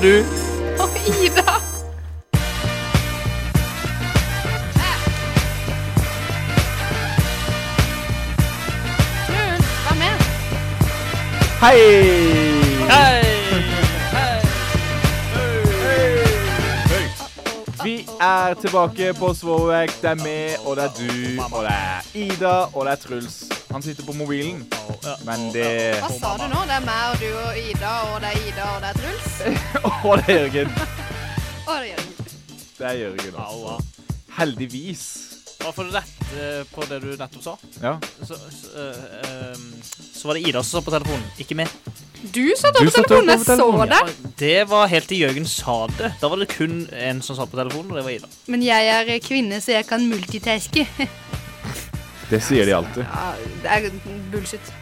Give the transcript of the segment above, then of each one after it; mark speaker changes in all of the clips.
Speaker 1: du?
Speaker 2: Og Ida! Knut, vær med.
Speaker 1: Hei! Vi er tilbake på Svovek. Det er meg, og det er du, og det er Ida, og det er Truls. Han sitter på mobilen, men det
Speaker 2: Hva sa du nå? Det er meg og du og Ida, og det er Ida, og det er Truls.
Speaker 1: Og det er Jørgen.
Speaker 2: Og det er Jørgen.
Speaker 1: Det er Jørgen, altså.
Speaker 3: Aua.
Speaker 1: Heldigvis.
Speaker 3: Bare for å rette eh, på det du nettopp sa,
Speaker 1: Ja.
Speaker 3: så, så, eh, ehm, så var det Ida som sa på telefonen, ikke meg.
Speaker 2: Du satt
Speaker 1: Du
Speaker 2: over
Speaker 1: satt
Speaker 2: telefonen, jeg
Speaker 1: over telefonen,
Speaker 2: så det.
Speaker 3: Det var helt til Jørgen sa det. Da var det kun en som satt på telefonen, og det var Ida.
Speaker 2: Men jeg er kvinne, så jeg kan multitaske.
Speaker 1: Det sier de alltid.
Speaker 2: Ja, det er bullshit.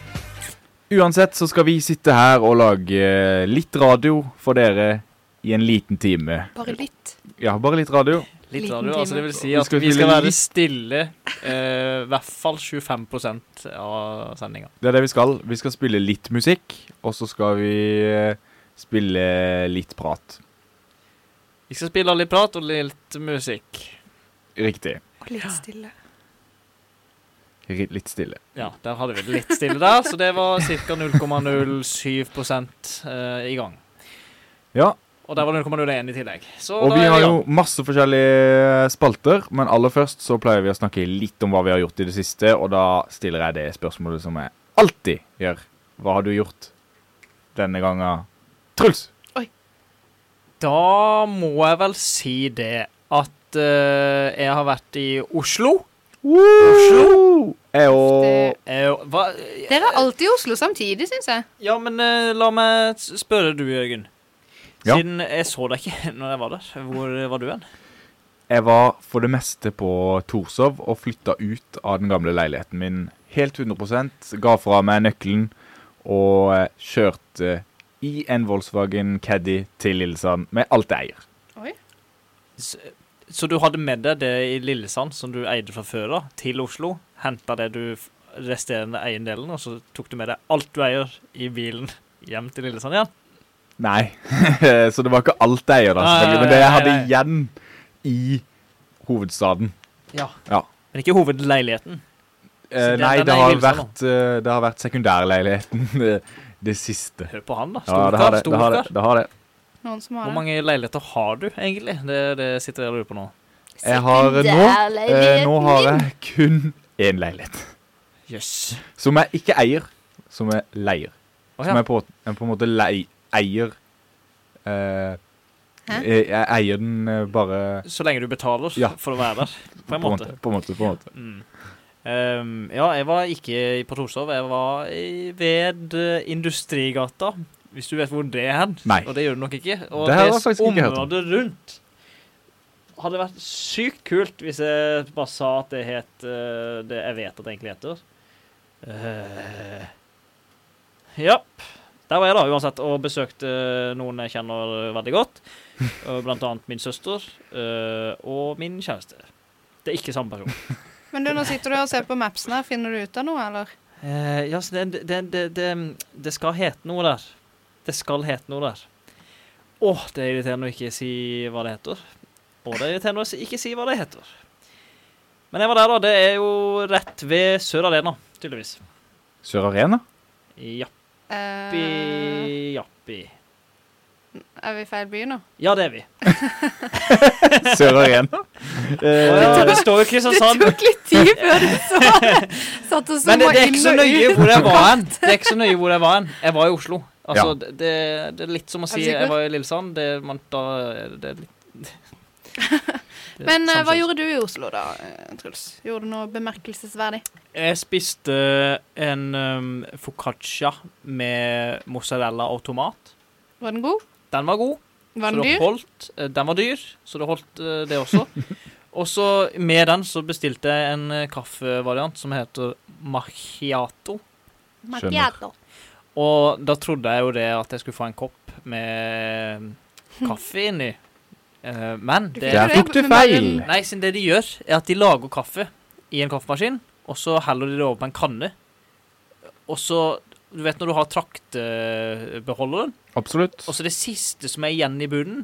Speaker 1: Uansett så skal vi sitte her og lage litt radio for dere i en liten time.
Speaker 2: Bare litt.
Speaker 1: Ja, bare litt radio.
Speaker 3: Litt
Speaker 2: Liten
Speaker 3: radio,
Speaker 2: time.
Speaker 3: altså det vil si
Speaker 1: Vi
Speaker 3: at
Speaker 1: skal
Speaker 3: vi skal
Speaker 1: spille
Speaker 3: være
Speaker 1: litt-
Speaker 3: stille eh, i hvert fall 25 av sendinga.
Speaker 1: Det er det vi skal. Vi skal spille litt musikk, og så skal vi eh, spille litt prat.
Speaker 3: Vi skal spille litt prat og litt musikk.
Speaker 1: Riktig.
Speaker 2: Og litt stille.
Speaker 1: Ri- Litt stille.
Speaker 3: Ja, der hadde vi det litt stille der, så det var ca. 0,07 eh, i gang.
Speaker 1: Ja,
Speaker 3: Og der var det 0,01 i tillegg. Så
Speaker 1: og
Speaker 3: da
Speaker 1: vi
Speaker 3: er
Speaker 1: har
Speaker 3: i gang.
Speaker 1: jo masse forskjellige eh, spalter, men aller først så pleier vi å snakke litt om hva vi har gjort i det siste, og da stiller jeg det spørsmålet som jeg alltid gjør. Hva har du gjort denne gangen? Truls!
Speaker 3: Da må jeg vel si det at eh, jeg har vært i Oslo.
Speaker 1: Oslo! Jeg og
Speaker 2: Det-
Speaker 3: Eh, hva?
Speaker 2: Dere er alltid i Oslo samtidig, syns jeg.
Speaker 3: Ja, men eh, la meg s- spørre du, Jørgen.
Speaker 1: Ja.
Speaker 3: Siden jeg så deg ikke når jeg var der. Hvor var du hen?
Speaker 1: Jeg var for det meste på Torshov og flytta ut av den gamle leiligheten min helt 100 Ga fra meg nøkkelen og eh, kjørte i en Volkswagen Caddy til Lillesand med alt jeg eier.
Speaker 3: Så, så du hadde med deg det i Lillesand som du eide fra før da, til Oslo. Henta det du f- resterende eiendelen, og så tok du med deg alt du eier i bilen hjem til Lillesand igjen.
Speaker 1: Nei, så det var ikke alt jeg eier, da,
Speaker 3: Nei,
Speaker 1: selvfølgelig.
Speaker 3: nei,
Speaker 1: Men det jeg
Speaker 3: nei,
Speaker 1: hadde
Speaker 3: nei.
Speaker 1: igjen i hovedstaden.
Speaker 3: Ja.
Speaker 1: Ja.
Speaker 3: Men ikke hovedleiligheten.
Speaker 1: Eh,
Speaker 3: den-
Speaker 1: Nei,
Speaker 3: den
Speaker 1: det
Speaker 3: er i
Speaker 1: har
Speaker 3: Lillesand,
Speaker 1: vært, eh, det har vært sekundærleiligheten det- det siste.
Speaker 3: Hør på han, da.
Speaker 1: Ja, det har det.
Speaker 3: Storkar.
Speaker 1: det, har det,
Speaker 3: storkar.
Speaker 1: det, har det.
Speaker 2: Noen som
Speaker 3: Hvor
Speaker 2: har det.
Speaker 3: mange leiligheter har du, egentlig? Det, det sitter jeg og lurer på nå.
Speaker 1: Jeg har nå, eh, nå har jeg kun én leilighet.
Speaker 3: Jøss. Yes.
Speaker 1: Som jeg ikke eier, som jeg leier.
Speaker 3: Å
Speaker 1: Som
Speaker 3: ja.
Speaker 1: jeg på, jeg på en måte lei, eier eh,
Speaker 2: Hæ?
Speaker 1: jeg, jeg eier den eh, bare
Speaker 3: Så lenge du betaler
Speaker 1: Ja.
Speaker 3: for å være der, på en måte.
Speaker 1: På en måte, på en måte.
Speaker 3: Mm. Ehm, ja, jeg var ikke i- på Torshov. Jeg var i, ved eh, Industrigata, hvis du vet hvor det er hen.
Speaker 1: Nei.
Speaker 3: Og det gjør du nok ikke. Og
Speaker 1: Det
Speaker 3: det,
Speaker 1: har jeg faktisk ikke hørt om.
Speaker 3: området rundt hadde vært sykt kult hvis jeg bare sa at det het eh, det jeg vet at det egentlig heter. Eh, ja. Der var jeg da, uansett, og besøkte noen jeg kjenner veldig godt. Eh, Blant annet min søster eh, og min kjæreste. Det er ikke samme person.
Speaker 2: Men du, nå sitter du og ser på mapsen her. Finner du ut av noe, eller?
Speaker 3: Eh, ja, så det, det, det, det, det skal hete noe der. Det skal hete noe der. Å, det er irriterende å ikke si hva det heter. Og det er irriterende å si- ikke si hva det heter. Men jeg var der, da. Det er jo rett ved Sør Arena, tydeligvis.
Speaker 1: Sør Arena?
Speaker 3: Jappi,
Speaker 2: Eh,
Speaker 3: jappi.
Speaker 2: er vi i feil by nå?
Speaker 3: Ja, det er vi.
Speaker 1: Sør Arena?
Speaker 3: Å,
Speaker 1: Eh,
Speaker 3: ja, det står jo Kristiansand.
Speaker 2: tok litt tid før du så satt og
Speaker 3: Sånn.
Speaker 2: zooma
Speaker 3: Men det, det er ikke
Speaker 2: inn
Speaker 3: så
Speaker 2: og
Speaker 3: nøye
Speaker 2: ut.
Speaker 3: hvor Sånn jeg var hen. Det er ikke så nøye hvor jeg var hen. Jeg var i Oslo. Altså,
Speaker 1: Ja.
Speaker 3: det, det- det er litt som å
Speaker 2: Er
Speaker 3: si
Speaker 2: du sikker?
Speaker 3: jeg var i Lillesand. Det, man, da, er det er litt det er
Speaker 2: Men eh,
Speaker 3: samme
Speaker 2: hva
Speaker 3: følelse.
Speaker 2: gjorde du i Oslo, da, eh, Truls? Gjorde du noe bemerkelsesverdig?
Speaker 3: Jeg spiste en um, foccaccia med mozzarella og tomat.
Speaker 2: Var den god?
Speaker 3: Den var god.
Speaker 2: Var
Speaker 3: så
Speaker 2: den
Speaker 3: det
Speaker 2: dyr?
Speaker 3: Holdt, eh, den var dyr, så det holdt eh, det også. og så med den så bestilte jeg en eh, kaffevariant som heter macchiato.
Speaker 1: Macchiato.
Speaker 3: Og da trodde jeg jo det at jeg skulle få en kopp med kaffe inni. Eh, Men
Speaker 2: Du
Speaker 3: det
Speaker 1: Der tok du feil.
Speaker 3: Nei, siden det de gjør, er at de lager kaffe i en kaffemaskin, og så heller de det over på en kanne. Og så Du vet når du har traktebeholderen,
Speaker 1: Absolutt.
Speaker 3: og så det siste som er igjen i bunnen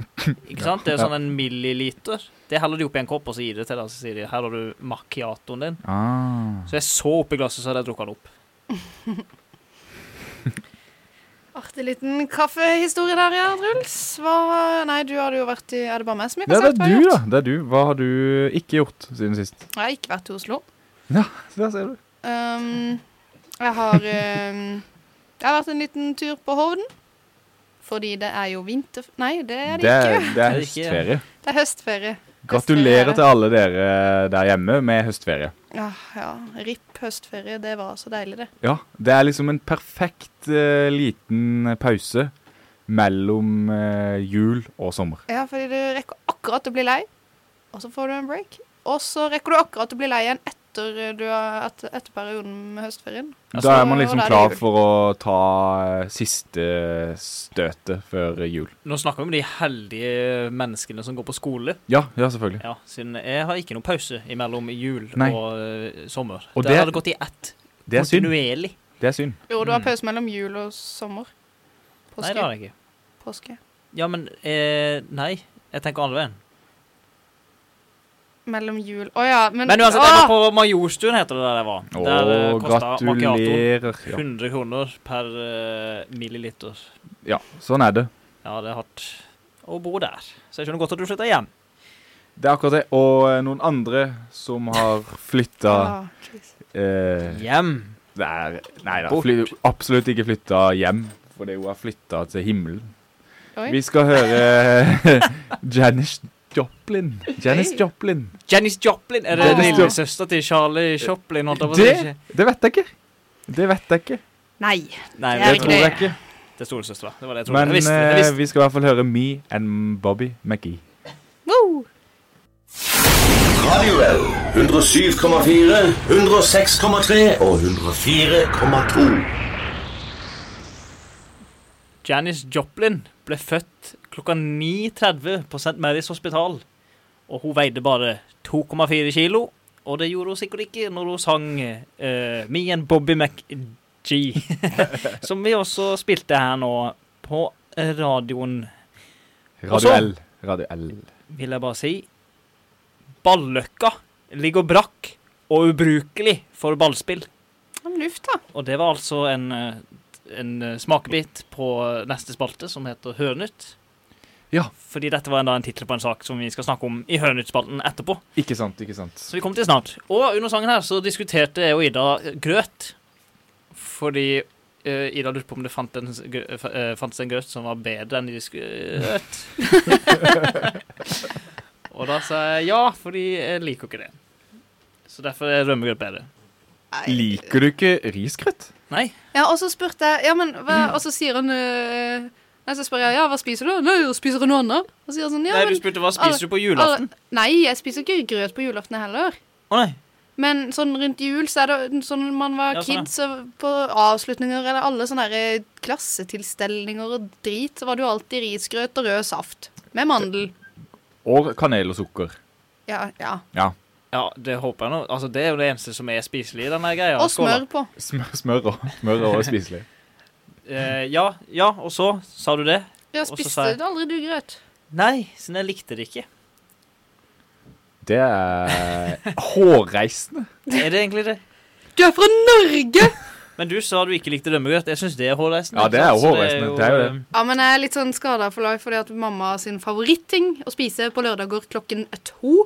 Speaker 3: Ikke sant? Det er sånn en milliliter. Det heller de oppi en kopp, og så gir de det til deg. Så sier de her har du macchiatoen din.
Speaker 1: Ah.
Speaker 3: Så jeg så oppi glasset, så hadde jeg drukket den opp.
Speaker 2: Artig liten kaffehistorie der, ja, Truls. Hva Nei, du hadde jo vært i Er det bare meg som ikke
Speaker 1: Ja,
Speaker 2: har
Speaker 1: det er
Speaker 2: sagt hva jeg
Speaker 1: du, da.
Speaker 2: har gjort?
Speaker 1: Det er du. Hva har du ikke gjort siden sist?
Speaker 2: Jeg har ikke vært i Oslo.
Speaker 1: Så der ser du.
Speaker 2: Um, jeg har um, Jeg har vært en liten tur på Hovden. Fordi det er jo vinter... Nei, det er det
Speaker 1: Det
Speaker 2: ikke.
Speaker 1: er, det
Speaker 3: Det
Speaker 1: er
Speaker 3: er det ikke, ja.
Speaker 1: høstferie.
Speaker 2: Det er høstferie.
Speaker 1: Gratulerer til alle dere der hjemme med høstferie.
Speaker 2: Ja, Ah, ja. RIP høstferie. Det var så deilig, det.
Speaker 1: Ja, det er liksom en perfekt eh, liten pause mellom eh, jul og sommer.
Speaker 2: Ja, fordi du rekker akkurat å bli lei, og så får du en break. Og så rekker du akkurat å bli lei igjen etter, eh, du har, et, etter perioden med høstferien.
Speaker 1: da
Speaker 2: Altså,
Speaker 1: er man liksom
Speaker 2: da er det
Speaker 1: klar
Speaker 2: jul.
Speaker 1: for å ta eh, siste støtet før jul.
Speaker 3: Nå snakker vi om de heldige menneskene som går på skole.
Speaker 1: Ja, ja, selvfølgelig.
Speaker 3: Ja, siden jeg har ikke noen pause imellom jul
Speaker 1: Nei.
Speaker 3: og eh, sommer.
Speaker 1: Og
Speaker 3: Der
Speaker 1: det-
Speaker 3: har det gått i ett.
Speaker 1: Det er synd.
Speaker 3: kontinuerlig.
Speaker 1: Det er synd.
Speaker 2: Jo, du har
Speaker 3: Mm.
Speaker 2: pause mellom jul og sommer.
Speaker 3: Nei,
Speaker 2: Påske.
Speaker 3: det har jeg ikke.
Speaker 2: påske.
Speaker 3: Ja, men eh, Nei, jeg tenker andre veien.
Speaker 2: Mellom jul Å ja, men,
Speaker 3: Men uansett,
Speaker 2: Åh!
Speaker 3: jeg var på Majorstuen, heter det der jeg var.
Speaker 1: Å,
Speaker 3: der eh, kostet macchiatoen
Speaker 1: gratulerer. Ja.
Speaker 3: 100 kroner per eh, milliliter.
Speaker 1: ja, sånn er det.
Speaker 3: Ja, det er hardt å bo der. Så jeg skjønner godt at du flytter hjem.
Speaker 1: Det er akkurat det. Og eh, noen andre som har flytta
Speaker 2: Ah, jeez.
Speaker 1: eh,
Speaker 3: Hjem.
Speaker 1: det er- Nei da,
Speaker 3: Bort.
Speaker 1: fly, absolutt ikke flytta hjem, fordi hun har flytta til himmelen.
Speaker 2: Oi.
Speaker 1: Vi skal høre Janice Joplin. Janice
Speaker 2: Hei.
Speaker 1: Joplin.
Speaker 3: Janice Joplin. Er det
Speaker 2: Janis Joplin.
Speaker 3: lillesøster til Charlie Joplin? holdt jeg på å si?
Speaker 1: Det, det vet jeg ikke. Det vet jeg ikke.
Speaker 2: Nei.
Speaker 3: Nei,
Speaker 2: Det
Speaker 3: men
Speaker 2: er
Speaker 1: Det
Speaker 3: jeg
Speaker 2: ikke
Speaker 1: tror
Speaker 3: tror
Speaker 1: jeg ikke.
Speaker 3: det er storesøstera. Det var det jeg trodde.
Speaker 1: Men
Speaker 3: jeg visste, jeg
Speaker 1: eh,
Speaker 3: visste.
Speaker 1: vi skal i hvert fall høre Me and Bobby McGee.
Speaker 2: Woo!
Speaker 4: Radio Row 107,4, 106,3 og 104,2.
Speaker 3: Janis Joplin ble født klokka 9.30 på St. Marys Hospital. Og hun veide bare 2,4 kilo. Og det gjorde hun sikkert ikke når hun sang eh, Me and Bobby McG. som vi også spilte her nå på radioen, Og
Speaker 1: Radio
Speaker 3: så-
Speaker 1: L. Radio L.
Speaker 3: vil jeg bare si. Balløkka ligger brakk og ubrukelig for ballspill.
Speaker 2: Ja, men Luft, da.
Speaker 3: Og det var altså en, eh, en eh, smakebit på eh, neste spalte, som heter Hønenytt.
Speaker 1: Ja.
Speaker 3: Fordi dette var en, da en tittel på en sak som vi skal snakke om i Hønenytt-spalten etterpå.
Speaker 1: Ikke sant, ikke sant.
Speaker 3: Så vi kommer til snart. Og under sangen her så diskuterte jeg og Ida eh, grøt. Fordi eh, Ida lurte på om det fant en, s- grø- eh, fa- eh, fantes en grøt som var bedre enn de grøt. og da sa jeg ja, fordi jeg liker ikke det. Så derfor er rømmegrøt bedre.
Speaker 2: Nei.
Speaker 1: Liker du ikke risgrøt?
Speaker 3: Nei,
Speaker 2: Ja, og så spurte jeg Ja, men
Speaker 3: Mm.
Speaker 2: hva Og så sier han øh, Nei, så spør jeg ja, hva spiser du? Nei, jeg spiser noe annet. Og så sier han sånn, ja,
Speaker 3: Nei
Speaker 2: men
Speaker 3: du spurte hva spiser du på julaften.
Speaker 2: alle- Nei, jeg spiser ikke grøt på julaften heller.
Speaker 3: Å nei.
Speaker 2: Men sånn rundt jul, så er det sånn man var
Speaker 3: Ja, sånn, ja.
Speaker 2: kid, så på avslutninger eller alle sånne der klassetilstelninger og drit, så var det jo alltid risgrøt og rød saft. Med mandel.
Speaker 1: Og kanel og sukker.
Speaker 2: Ja, ja.
Speaker 1: Ja.
Speaker 3: Ja, det håper jeg nå. Altså, Det er jo det eneste som er spiselig i denne greia.
Speaker 2: Og
Speaker 3: Skåla.
Speaker 2: smør på.
Speaker 1: Smør, smør og, smør og spiselig.
Speaker 3: Eh, ja, ja, og så sa du det?
Speaker 2: Ja,
Speaker 3: Og så sa
Speaker 2: spiste
Speaker 3: jeg-
Speaker 2: du aldri du grøt?
Speaker 3: Nei, siden jeg likte det ikke.
Speaker 1: Det er hårreisende.
Speaker 3: Er det egentlig det?
Speaker 2: Du er fra Norge!
Speaker 3: Men du sa du ikke likte rømmegrøt. Jeg syns det er eh, hårreisende.
Speaker 1: Ja, det er jo
Speaker 3: ikke sant? Så
Speaker 1: hårreisende. Det er jo det.
Speaker 2: Ja, men jeg er litt sånn skada for life fordi at mamma sin favoritting å spise på lørdager klokken to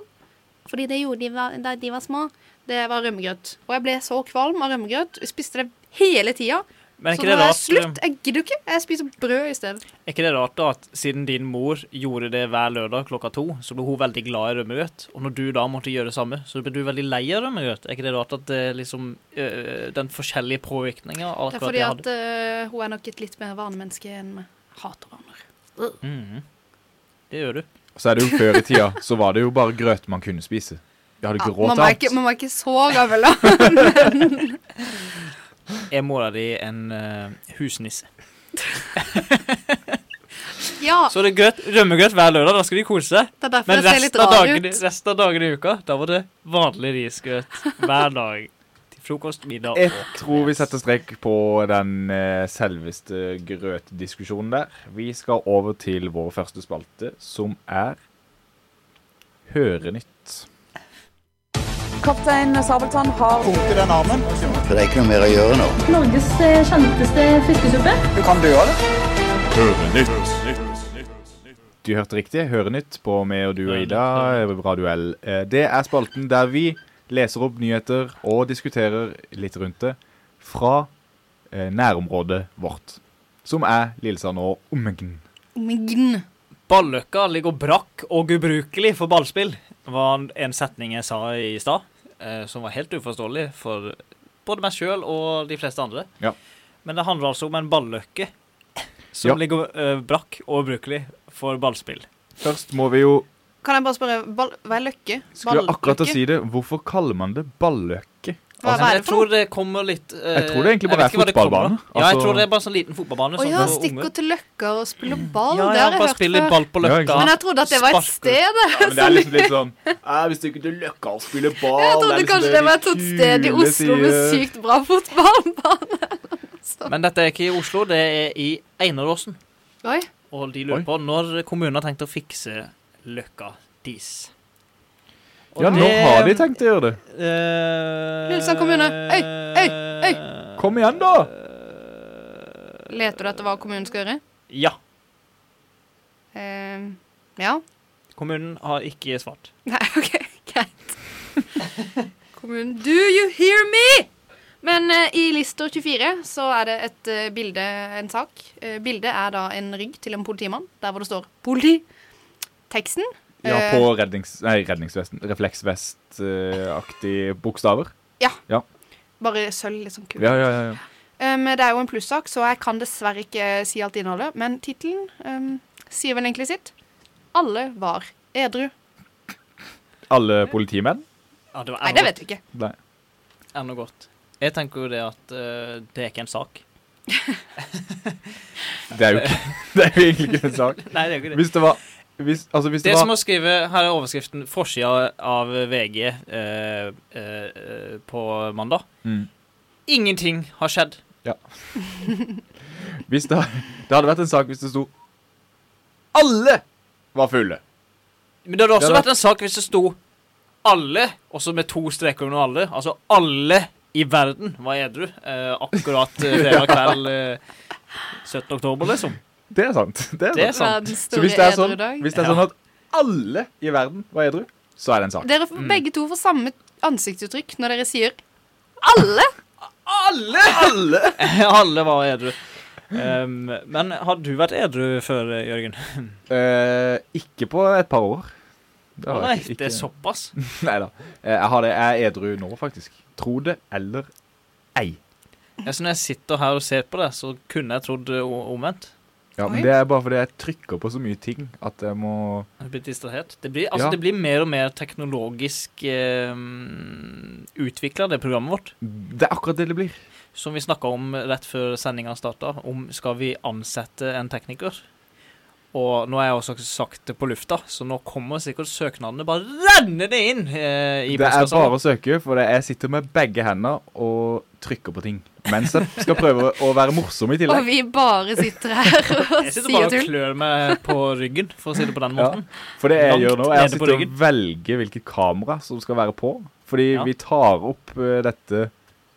Speaker 2: Fordi det gjorde de var- da de var små. Det var rømmegrøt. Og jeg ble så kvalm av rømmegrøt. Jeg spiste det hele tida.
Speaker 3: Men er
Speaker 2: Så
Speaker 3: ikke
Speaker 2: nå er
Speaker 3: det
Speaker 2: jeg
Speaker 3: rart, eh,
Speaker 2: slutt. Jeg gidder ikke. Jeg spiser brød i stedet.
Speaker 3: er ikke det rart da at siden din mor gjorde det hver lørdag klokka to, så ble hun veldig glad i rømmegrøt. Og når du da måtte gjøre det samme, så ble du veldig lei av rømmegrøt. Er ikke det rart at det liksom øh, Den forskjellige påvirkninga av
Speaker 2: Det er
Speaker 3: akkurat
Speaker 2: fordi
Speaker 3: det jeg
Speaker 2: at
Speaker 3: hadde.
Speaker 2: eh, hun er nok et litt mer vanemenneske enn meg. Hater vaner.
Speaker 3: Mhm. Det gjør du.
Speaker 1: Så er det jo før i tida, så var det jo bare grøt man kunne spise. Vi hadde ikke
Speaker 2: Ja,
Speaker 1: råd
Speaker 2: mamma,
Speaker 1: til
Speaker 2: er ikke,
Speaker 1: annet.
Speaker 2: mamma er ikke så gammel, da.
Speaker 3: Er mora di en øh, husnisse?
Speaker 2: Ja,
Speaker 3: Så det er grøt, rømmegrøt hver lørdag. Da skal de kose seg.
Speaker 2: Ah. det er derfor
Speaker 3: Men
Speaker 2: jeg ser
Speaker 3: resten
Speaker 2: litt
Speaker 3: av,
Speaker 2: rar
Speaker 3: dagene,
Speaker 2: ut.
Speaker 3: resten av dagene i uka, da var det vanlig risgrøt hver dag til frokost, middag
Speaker 1: Jeg
Speaker 3: og
Speaker 1: tror vi
Speaker 3: kvelds.
Speaker 1: setter strek på den eh, selveste grøtdiskusjonen der. Vi skal over til vår første spalte, som er Hørenytt.
Speaker 5: Kaptein Sabeltann har
Speaker 6: For det er ikke noe mer å gjøre nå.
Speaker 7: Norges eh, kjenteste fiskesuppe.
Speaker 1: Du hørte riktig. Hørenytt på meg og du og
Speaker 3: Hørenytt,
Speaker 1: Ida. eh, Radioell. Det er spalten der vi leser opp nyheter og diskuterer litt rundt det fra eh, nærområdet vårt, som er Lillesand og omegn.
Speaker 2: Omegn.
Speaker 3: Balløkka ligger brakk og ubrukelig for ballspill, var en setning jeg sa i stad, eh, som var helt uforståelig for både meg sjøl og de fleste andre.
Speaker 1: Ja.
Speaker 3: Men det handler altså om en balløkke som
Speaker 1: Ja.
Speaker 3: ligger eh, brakk og ubrukelig for ballspill.
Speaker 1: Først må vi jo
Speaker 2: Kan jeg bare spørre, ball, hva er løkke?
Speaker 1: Skulle
Speaker 2: Ball-
Speaker 1: akkurat til å
Speaker 2: løkke?
Speaker 1: si det. Hvorfor kaller man det balløkke?
Speaker 2: Hva er
Speaker 3: Men Altså, jeg
Speaker 2: det for noe?
Speaker 3: tror det kommer litt eh,
Speaker 1: Jeg tror det egentlig bare
Speaker 3: jeg
Speaker 1: er
Speaker 3: vet ikke hva det kommer
Speaker 1: fotballbane.
Speaker 3: av. Ja, jeg
Speaker 1: Altså-
Speaker 3: tror det er bare en sånn liten fotballbane.
Speaker 2: Å
Speaker 3: sånn
Speaker 2: ja,
Speaker 3: for
Speaker 2: stikker
Speaker 3: unger.
Speaker 2: til løkker og spiller ball.
Speaker 3: Ja,
Speaker 2: det har jeg
Speaker 3: ja, bare
Speaker 2: hørt før.
Speaker 3: spiller ball på
Speaker 1: Ja, ikke
Speaker 3: løkka.
Speaker 1: sant?
Speaker 2: Men jeg trodde at det var et
Speaker 3: Sparker.
Speaker 2: sted. det.
Speaker 1: Ja, men det er liksom litt sånn «Æ, Hvis du ikke til Løkka og spiller ball liksom
Speaker 2: Jeg trodde kanskje det var et sånt sted i Oslo med sykt bra fotballbane.
Speaker 3: Men dette er ikke i Oslo, det er i Einaråsen.
Speaker 2: Oi,
Speaker 3: Og de lurer
Speaker 1: Oi.
Speaker 3: på når kommunen har tenkt å fikse Løkka dis.
Speaker 1: Ja, nå har de tenkt å gjøre det.
Speaker 3: Eh,
Speaker 2: Lillesand kommune. Øy, øy, øy.
Speaker 1: Kom igjen, da!
Speaker 2: leter du etter hva kommunen skal gjøre?
Speaker 3: Eh, Ja.
Speaker 2: Eh, ja.
Speaker 3: Kommunen har ikke svart.
Speaker 2: Nei, OK, greit. Kommunen Do you hear me? Men eh, i Lister 24 så er det et eh, bilde, en sak. Eh, bildet er da en rygg til en politimann, der hvor det står 'politi'. Teksten
Speaker 1: Ja,
Speaker 2: Eh.
Speaker 1: på rednings... Nei, redningsvesten. Refleksvest-aktige bokstaver.
Speaker 2: Bare sølv, litt sånn kul.
Speaker 1: Ja, ja, ja. ja.
Speaker 2: Um, det er jo en plussak, så jeg kan dessverre ikke eh, si alt innholdet. Men tittelen um, sier vel egentlig sitt. Alle var edru.
Speaker 1: Alle politimenn?
Speaker 3: Ja, det var
Speaker 2: Nei, det vet vi ikke.
Speaker 1: Nei.
Speaker 3: godt. Enda godt. Jeg tenker jo det at eh, det er ikke en sak.
Speaker 1: Det er jo ikke Det er jo egentlig ikke en sak.
Speaker 3: Nei, det er jo ikke det.
Speaker 1: Hvis det var hvis, altså, hvis det,
Speaker 3: Det er som
Speaker 1: var
Speaker 3: å skrive Her er overskriften forsida av VG eh, eh, eh, på mandag.
Speaker 1: Mm.
Speaker 3: Ingenting har skjedd.
Speaker 1: hvis det, det hadde vært en sak hvis det sto Alle var fulle.
Speaker 3: Men det hadde
Speaker 1: Det
Speaker 3: også
Speaker 1: hadde
Speaker 3: vært en sak hvis det sto alle, også med to streker under alle, altså alle i verden var edru eh, akkurat eh, fredag kveld eh, 17. oktober, liksom.
Speaker 1: Det er sant. Det er sant.
Speaker 3: Det er sant.
Speaker 2: Verdens
Speaker 1: Så
Speaker 2: store
Speaker 1: hvis det er sånn,
Speaker 2: edru dag.
Speaker 1: hvis det er sånn
Speaker 3: Ja.
Speaker 1: at alle i verden var edru, så er det en sak.
Speaker 2: Dere f- begge to får samme ansiktsuttrykk når dere sier 'alle'.
Speaker 3: Alle! alle var edru. Um, men har du vært edru før, eh, Jørgen?
Speaker 1: Eh, ikke på et par år. Det
Speaker 3: Å
Speaker 1: har
Speaker 3: nei,
Speaker 1: jeg ikke-
Speaker 3: det er såpass.
Speaker 1: Neida. Eh, Jeg, har det, jeg er edru nå, faktisk. Tro det eller ei.
Speaker 3: Jeg, så når jeg sitter her og ser på det, så kunne jeg trodd eh, o- omvendt.
Speaker 1: Ja, men
Speaker 2: Oi.
Speaker 1: Det er bare fordi jeg trykker på så mye ting at jeg må
Speaker 3: Jeg blir distrahert. Det blir, altså,
Speaker 1: Ja.
Speaker 3: det blir mer og mer teknologisk eh, utvikla, det programmet vårt.
Speaker 1: Det er akkurat det det blir.
Speaker 3: Som vi snakka om rett før sendinga starta, om skal vi ansette en tekniker? Og nå har jeg også sagt det på lufta, så nå kommer sikkert søknadene bare rennende inn. Eh, i
Speaker 1: Det er
Speaker 3: postkassa.
Speaker 1: bare å søke, for det- jeg sitter med begge hender og trykker på ting. Mens jeg skal prøve å være morsom i
Speaker 2: Og
Speaker 1: tillegg.
Speaker 2: vi bare sitter her og
Speaker 3: Jeg sitter
Speaker 2: sier
Speaker 3: bare og
Speaker 2: tull.
Speaker 3: klør meg på ryggen, for å si det på den
Speaker 1: Ja.
Speaker 3: måten.
Speaker 1: For det jeg
Speaker 3: Langt
Speaker 1: gjør nå, er å
Speaker 3: nede på
Speaker 1: sitte og
Speaker 3: ryggen.
Speaker 1: velge hvilket kamera som skal være på. Fordi
Speaker 3: Ja.
Speaker 1: vi tar opp eh, dette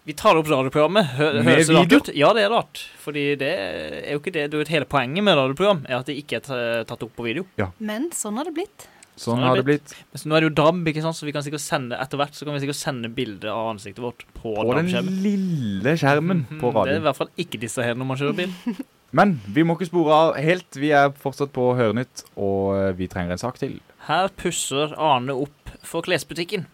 Speaker 3: Vi tar opp radioprogrammet. Hø
Speaker 1: Med
Speaker 3: høres det rart
Speaker 1: video?
Speaker 3: ut? Ja, det er rart. Fordi det er jo ikke det. Du vet, hele poenget med radioprogram er at det ikke er ta- tatt opp på video.
Speaker 2: Men sånn har det blitt.
Speaker 1: Sånn har det blitt.
Speaker 3: Men så nå er det jo DAB, ikke sant? så vi kan sikkert sende etter hvert så kan vi sikkert sende bilde av ansiktet vårt på,
Speaker 1: På den
Speaker 3: DAB-skjermen.
Speaker 1: lille skjermen på
Speaker 3: Det er i
Speaker 1: radioen.
Speaker 3: hvert fall ikke distraherende når man kjører bil.
Speaker 1: Men vi må ikke spore av helt. Vi er fortsatt på Hørenytt, og eh, vi trenger en sak til.
Speaker 3: Her pusser Arne opp for klesbutikken.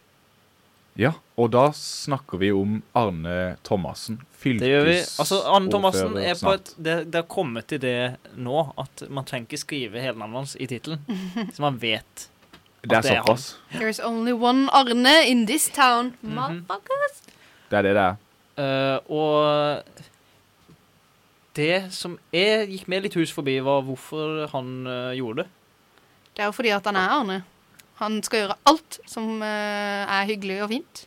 Speaker 1: Ja, Og da snakker vi om Arne Thomassen,
Speaker 3: Det gjør vi. Altså, Arne Thomassen
Speaker 1: fylkesordfører
Speaker 3: er på et det, det har kommet til det nå at man trenger ikke skrive hele navnet hans i tittelen. Så man vet.
Speaker 1: Det
Speaker 3: at
Speaker 1: er
Speaker 3: Altså, det er han.
Speaker 1: såpass.
Speaker 2: There's only one Arne in this town.
Speaker 1: Mhm.
Speaker 2: Motherfucker.
Speaker 1: Det er det det er.
Speaker 3: Eh, og det som jeg gikk med litt hus forbi, var hvorfor han eh, gjorde det.
Speaker 2: Det er jo fordi at han er Arne. Han skal gjøre alt som eh, er hyggelig og fint.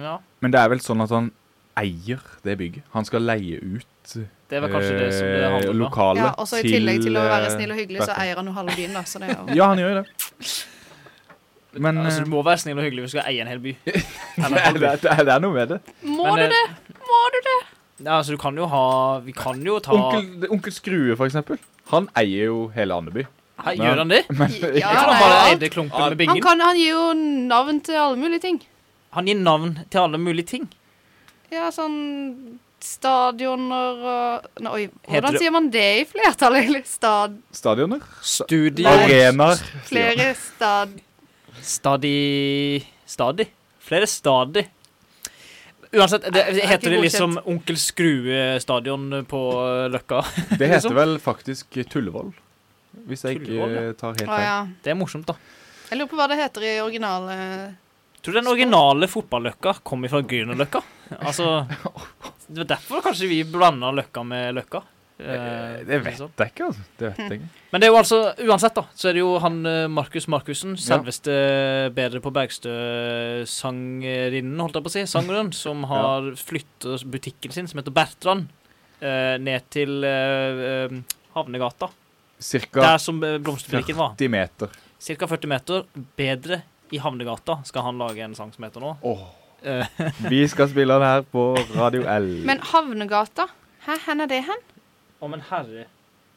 Speaker 3: Ja.
Speaker 1: Men det er vel sånn at han eier det bygget. Han skal leie ut
Speaker 3: Det var kanskje det som det
Speaker 1: eh,
Speaker 3: handlet om. da.
Speaker 1: lokalet
Speaker 2: Ja, og så I tillegg til å være
Speaker 1: eh,
Speaker 2: snill og hyggelig, så
Speaker 1: Bertil.
Speaker 2: eier han jo halve byen. da så det er jo...
Speaker 1: Ja, han gjør jo det. Men eh,
Speaker 3: Altså, du må være snill og hyggelig hvis du skal eie en hel by. Eller
Speaker 1: det,
Speaker 3: en halv
Speaker 1: er,
Speaker 3: by.
Speaker 1: det, er, det er noe med det.
Speaker 2: Må
Speaker 3: Men,
Speaker 1: eh,
Speaker 2: du det? Må du det?
Speaker 3: Ja, altså, du kan jo ha Vi kan jo ta
Speaker 1: Onkel, onkel Skrue, for eksempel. Han eier jo hele Andeby.
Speaker 3: Hei, Gjør han det?
Speaker 2: Ja,
Speaker 3: Kan han
Speaker 2: nei,
Speaker 3: bare
Speaker 2: ja.
Speaker 3: eie det klumpen med
Speaker 2: Han,
Speaker 3: bingen?
Speaker 2: kan, han gir jo navn til alle mulige ting.
Speaker 3: Han gir navn til alle mulige ting.
Speaker 2: Ja, sånn stadioner og Nei, oi,
Speaker 3: Heter
Speaker 2: hvordan
Speaker 3: det-
Speaker 2: sier man det i flertall, egentlig? Stad...
Speaker 1: Stadioner.
Speaker 3: Studio
Speaker 1: Arenaer.
Speaker 2: Flere stad...
Speaker 3: Stadig Stadig? Flere stadig. Uansett, det,
Speaker 2: er ikke
Speaker 3: heter det
Speaker 2: godkjent.
Speaker 3: liksom Onkel Skrue-stadion på eh, Løkka?
Speaker 1: Det heter vel faktisk Tullevoll. Hvis jeg ikke
Speaker 3: sånn. Tullevoll, ja.
Speaker 1: eh, tar helt
Speaker 2: Å
Speaker 1: feil.
Speaker 2: ja.
Speaker 3: Det er morsomt, da.
Speaker 2: Jeg lurer på hva det heter i originale
Speaker 3: Tror du den originale fotballøkka kom fra Grünerløkka? Altså, det var derfor kanskje vi blanda Løkka med Løkka. Eh,
Speaker 1: Eh, Det vet
Speaker 3: liksom.
Speaker 1: jeg ikke, altså. Det vet jeg ikke.
Speaker 3: Men det er jo altså, uansett, da, så er det jo han eh, Markus Markussen,
Speaker 1: Ja.
Speaker 3: selveste eh, Bedre på Bergstø-sangerinnen, holdt jeg på å si, sangeren, som har flyttet butikken sin, som heter Bertrand, eh, ned til eh, eh, Havnegata,
Speaker 1: Cirka
Speaker 3: der som eh, blomsterbutikken var.
Speaker 1: 40 meter.
Speaker 3: Cirka 40 meter. Bedre i Havnegata skal han lage en sang som heter nå.
Speaker 1: Åh.
Speaker 3: Eh.
Speaker 1: Vi skal spille den her på Radio L.
Speaker 2: Men Havnegata? Hæ, hvor er det hen?
Speaker 3: Å, men herre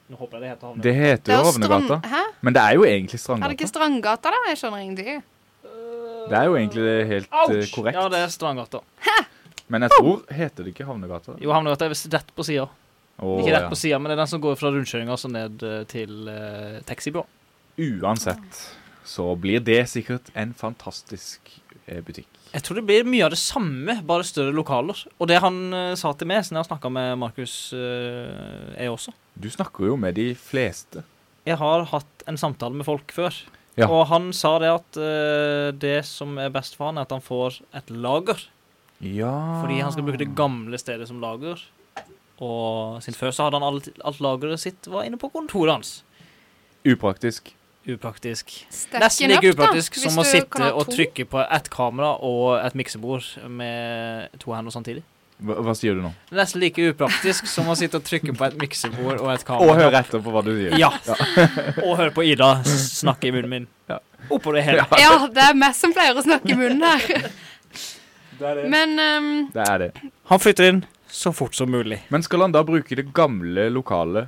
Speaker 3: Nå håper jeg det heter Havnegata.
Speaker 1: Det heter
Speaker 2: Det er
Speaker 1: jo
Speaker 2: jo strand...
Speaker 1: Hovnegata.
Speaker 2: Hæ?
Speaker 1: Men det er jo egentlig
Speaker 2: Er det ikke
Speaker 1: Strandgata.
Speaker 2: Strandgata, da? Jeg skjønner ingenting.
Speaker 1: Det er jo egentlig det helt eh,
Speaker 3: Ouch!
Speaker 1: korrekt.
Speaker 3: Ja, det er Strandgata.
Speaker 1: Men jeg tror heter det ikke Havnegata.
Speaker 3: Jo, Havnegata er visst rett på sida.
Speaker 1: Åh,
Speaker 3: Ikke rett
Speaker 1: ja.
Speaker 3: på sida, men det er den som går fra rundkjøringa og så ned eh, til uh, taxibua.
Speaker 1: Uansett så blir det sikkert en fantastisk eh, butikk.
Speaker 3: Jeg tror det blir mye av det samme, bare større lokaler. Og det han eh, sa til meg, siden jeg har snakka med Markus, eh, jeg også
Speaker 1: Du snakker jo med de fleste.
Speaker 3: Jeg har hatt en samtale med folk før,
Speaker 1: Ja.
Speaker 3: og han sa det at eh, det som er best for han, er at han får et lager.
Speaker 1: Ja
Speaker 3: Fordi han skal bruke det gamle stedet som lager. Og siden før så hadde han alt, alt lageret sitt var inne på kontoret hans.
Speaker 1: Upraktisk.
Speaker 3: Upraktisk.
Speaker 2: Stacken
Speaker 3: Nesten like
Speaker 2: up, da,
Speaker 3: upraktisk
Speaker 2: hvis
Speaker 3: som å
Speaker 2: du kan
Speaker 3: sitte
Speaker 2: ha
Speaker 3: og
Speaker 2: to.
Speaker 3: trykke på et kamera og et miksebord med to hender samtidig.
Speaker 1: Hva, hva sier du nå?
Speaker 3: Det er Nesten like upraktisk som å sitte og trykke på et miksebord og et
Speaker 1: Og
Speaker 3: kamera.
Speaker 1: hør etter på hva du sier.
Speaker 3: Ja. og høre på Ida s- snakke i munnen min.
Speaker 1: Ja.
Speaker 3: Oppå det hele.
Speaker 2: Ja, det er meg som pleier å snakke i munnen her. Men ehm,
Speaker 1: Det er det.
Speaker 3: Han flytter inn så fort som mulig.
Speaker 1: Men skal han da bruke det gamle lokalet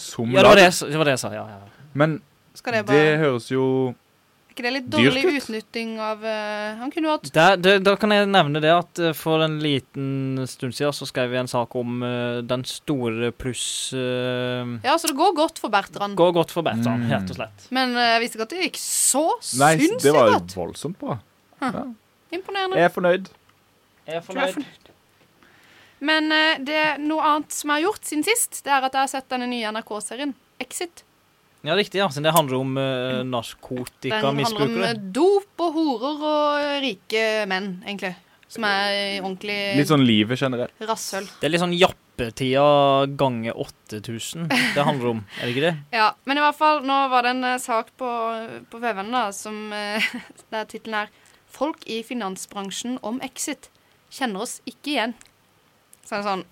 Speaker 1: som
Speaker 3: Ja, det var det,
Speaker 1: lag?
Speaker 3: jeg s- det var det jeg sa. Ja, ja.
Speaker 1: Men
Speaker 2: skal
Speaker 1: det
Speaker 2: det bare
Speaker 1: høres jo
Speaker 2: Er ikke det litt
Speaker 1: dyrt
Speaker 2: dårlig
Speaker 1: ut?
Speaker 2: utnytting av eh, Han kunne jo hatt
Speaker 3: Der, det, da kan jeg nevne det at eh, for en liten stund siden så skrev vi en sak om eh, den store pluss eh,
Speaker 2: Ja, så det går godt for Bertrand.
Speaker 3: Går godt for Bertrand,
Speaker 1: Mm.
Speaker 3: rett og slett.
Speaker 2: Men eh, jeg visste ikke at det gikk så
Speaker 1: Nei, det
Speaker 2: sinnssykt
Speaker 1: var jo
Speaker 2: godt.
Speaker 1: voldsomt bra.
Speaker 2: Imponerende.
Speaker 1: Jeg er fornøyd.
Speaker 3: Jeg er
Speaker 2: Du er
Speaker 3: fornøyd.
Speaker 2: fornøyd. Men eh, det er noe annet som jeg har gjort siden sist, det er at jeg har sett denne nye NRK-serien Exit.
Speaker 3: Ja, riktig. ja, Siden det handler om uh,
Speaker 2: Mm. Den handler om eh,
Speaker 3: narkotikamisbrukere.
Speaker 2: dop og horer og eh, rike menn, egentlig. Som er i ordentlig
Speaker 1: Litt sånn livet generelt.
Speaker 2: rasshøl.
Speaker 3: Det er litt sånn jappetida gange 8000 det handler om, er det ikke det?
Speaker 2: Ja, men i hvert fall, nå var det en eh, sak på, på VVN da, som eh, der tittelen er 'Folk i finansbransjen om exit kjenner oss ikke igjen'. Så er det sånn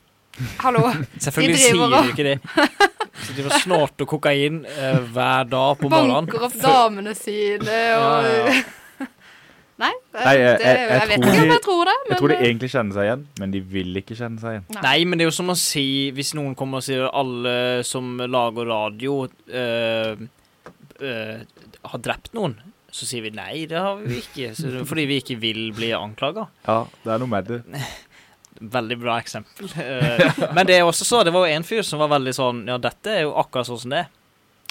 Speaker 2: Hallo.
Speaker 3: Selvfølgelig
Speaker 2: De driver
Speaker 3: sier
Speaker 2: og-
Speaker 3: du ikke det. Så de snorter kokain eh, hver dag på morgenen.
Speaker 2: Banker opp damene sine og
Speaker 3: Ja, ja,
Speaker 2: Nei, det,
Speaker 1: Nei, jeg-
Speaker 2: det,
Speaker 1: jeg-
Speaker 2: jeg,
Speaker 1: jeg tror
Speaker 2: vet ikke om
Speaker 1: de-
Speaker 2: jeg tror det. Men eh,
Speaker 1: Jeg tror de egentlig kjenner seg igjen, men de vil ikke kjenne seg igjen.
Speaker 3: Nei, men det er jo som å si Hvis noen kommer og sier alle som lager radio eh, eh, har drept noen, så sier vi nei, det har vi ikke. Så, fordi vi ikke vil bli anklaga.
Speaker 1: Ja, det er noe med det.
Speaker 3: Veldig bra eksempel. Eh, Men det er også så, det var jo en fyr som var veldig sånn Ja, dette er jo akkurat sånn som det er.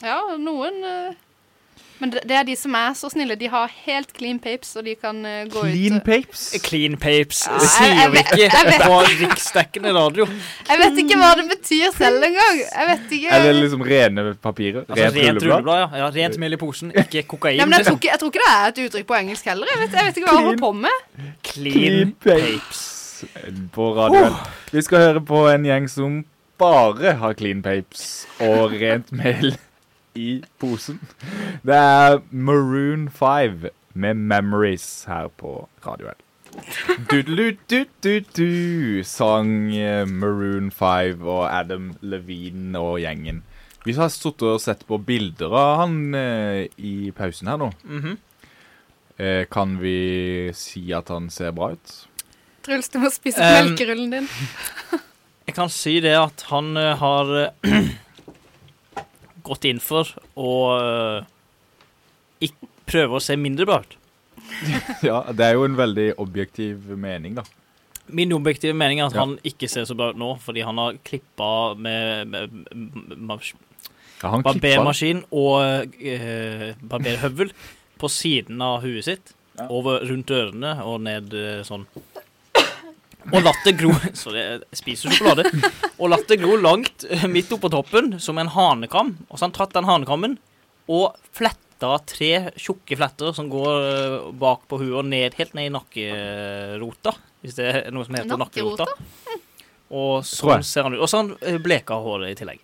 Speaker 2: ja, noen eh, Men det, det er de som er så snille. De har helt clean papes, og de kan eh, gå
Speaker 1: Clean
Speaker 2: ut
Speaker 1: papes.
Speaker 3: Clean papes
Speaker 2: Ja, jeg-
Speaker 3: sier
Speaker 2: jeg
Speaker 3: vi
Speaker 2: vet-
Speaker 3: ikke på riksdekkende radio.
Speaker 2: Jeg vet ikke hva det betyr selv engang. Jeg vet ikke.
Speaker 1: Eller liksom rene papirer.
Speaker 3: Altså, rent,
Speaker 1: rent rulleblad.
Speaker 3: rulleblad, ja. ja. Rent mel i posen, ikke kokain.
Speaker 2: Nei, men jeg, tror
Speaker 3: liksom.
Speaker 2: ikke, jeg tror ikke det er et uttrykk på engelsk heller. Jeg vet, jeg vet ikke hva jeg holder på med.
Speaker 3: Clean papes.
Speaker 1: På radioen. Vi skal høre på en gjeng som bare har clean papes og rent mel i posen. Det er Maroon 5 med 'Memories' her på Radio L. Du-du-du-du-du, sang eh, Maroon 5 og Adam Levine og gjengen. Vi har sittet og sett på bilder av han eh, i pausen her nå.
Speaker 3: Mhm.
Speaker 1: Eh, kan vi si at han ser bra ut?
Speaker 2: Truls, du må spise opp
Speaker 3: Um,
Speaker 2: melkerullen din.
Speaker 3: Jeg kan si det at han eh, har eh, gått inn for å eh, ikk- prøve å se mindre bra ut.
Speaker 1: Ja, Det er jo en veldig objektiv mening, da.
Speaker 3: Min objektive mening er at
Speaker 1: Ja.
Speaker 3: han ikke ser så bra ut nå, fordi han har klippa med, med, med, mas-
Speaker 1: Ja, han klipper-
Speaker 3: barbermaskin og eh, barberhøvel på siden av huet sitt,
Speaker 1: Ja.
Speaker 3: over rundt ørene og ned eh, sånn. Og latt det gro Sorry, jeg spiser sjokolade. Og latt det gro langt eh, midt oppå toppen, som en hanekam. Og så har han tatt den hanekammen og fletta tre tjukke fletter som går eh, bak på huet og ned, helt ned i nakkerota, hvis det er noe som heter
Speaker 2: Nakkerota?
Speaker 3: nakkerota. Og
Speaker 1: Tror jeg.
Speaker 3: sånn ser han ut. Og så har han eh, bleka håret i tillegg.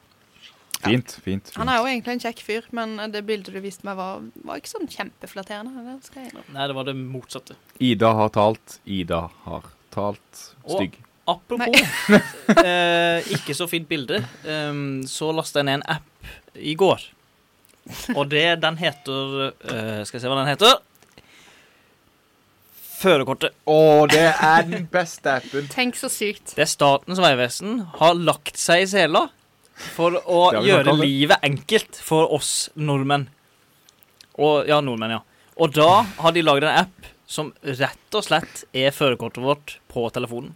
Speaker 1: Fint, fint.
Speaker 2: Han
Speaker 1: fint.
Speaker 2: er jo egentlig en kjekk fyr, men det bildet du viste meg, var, var ikke sånn kjempeflatterende. Det skal jeg innrømme.
Speaker 3: Nei, det var det motsatte.
Speaker 1: Ida har talt, Ida har talt.
Speaker 3: Og-
Speaker 1: Stygg.
Speaker 3: Apropos eh, ikke så fint bilde, ehm, så lasta jeg ned en app i går. Og det den heter eh, Skal jeg se hva den heter? Førerkortet.
Speaker 1: Å, det er den beste appen.
Speaker 2: Tenk så sykt.
Speaker 3: Det er Statens vegvesen har lagt seg i sela for å
Speaker 1: Det har vi snakket
Speaker 3: gjøre
Speaker 1: om, det.
Speaker 3: livet enkelt for oss nordmenn. Og, ja, nordmenn, ja. Og da har de lagd en app som rett og slett er førerkortet vårt på telefonen.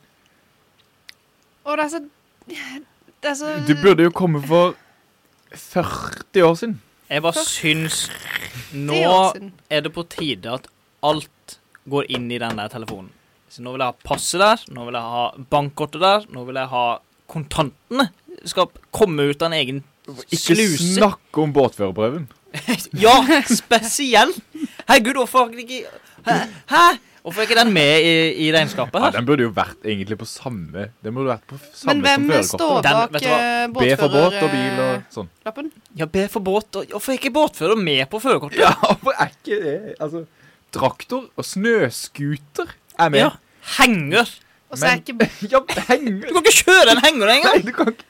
Speaker 2: Og det er så Det er så
Speaker 1: Du burde jo komme for 40 år siden.
Speaker 3: Jeg bare syns
Speaker 2: det er år
Speaker 3: nå
Speaker 2: siden.
Speaker 3: er det på tide at alt går inn i den der telefonen. Så nå vil jeg ha passet der, nå vil jeg ha bankkortet der, nå vil jeg ha kontantene. Skal komme ut av en egen
Speaker 1: Ikke
Speaker 3: sluse.
Speaker 1: snakk om båtførerprøven.
Speaker 3: Ja, spesielt! Herregud, hvorfor har ikke Hæ? Hæ? Hvorfor er ikke den med i, i regnskapet
Speaker 1: Ja,
Speaker 3: her?
Speaker 1: den burde jo vært egentlig på samme Den burde vært på f- samme
Speaker 2: Men hvem
Speaker 1: som
Speaker 2: står
Speaker 1: førerkortet.
Speaker 3: Den-
Speaker 2: bak
Speaker 1: B
Speaker 2: eh,
Speaker 3: vet du hva?
Speaker 1: for båt og bil og
Speaker 2: båtførerlappen?
Speaker 1: sånn.
Speaker 3: Ja, B for båt. og- Hvorfor er ikke båtfører med på førerkortet?
Speaker 1: Ja, hvorfor er ikke det Altså, traktor og snøscooter er med.
Speaker 3: Ja. Henger.
Speaker 2: Og så er
Speaker 1: Men-
Speaker 2: ikke
Speaker 1: Ja, henger
Speaker 3: Du kan ikke kjøre en henger engang!
Speaker 1: Nei, du kan ikke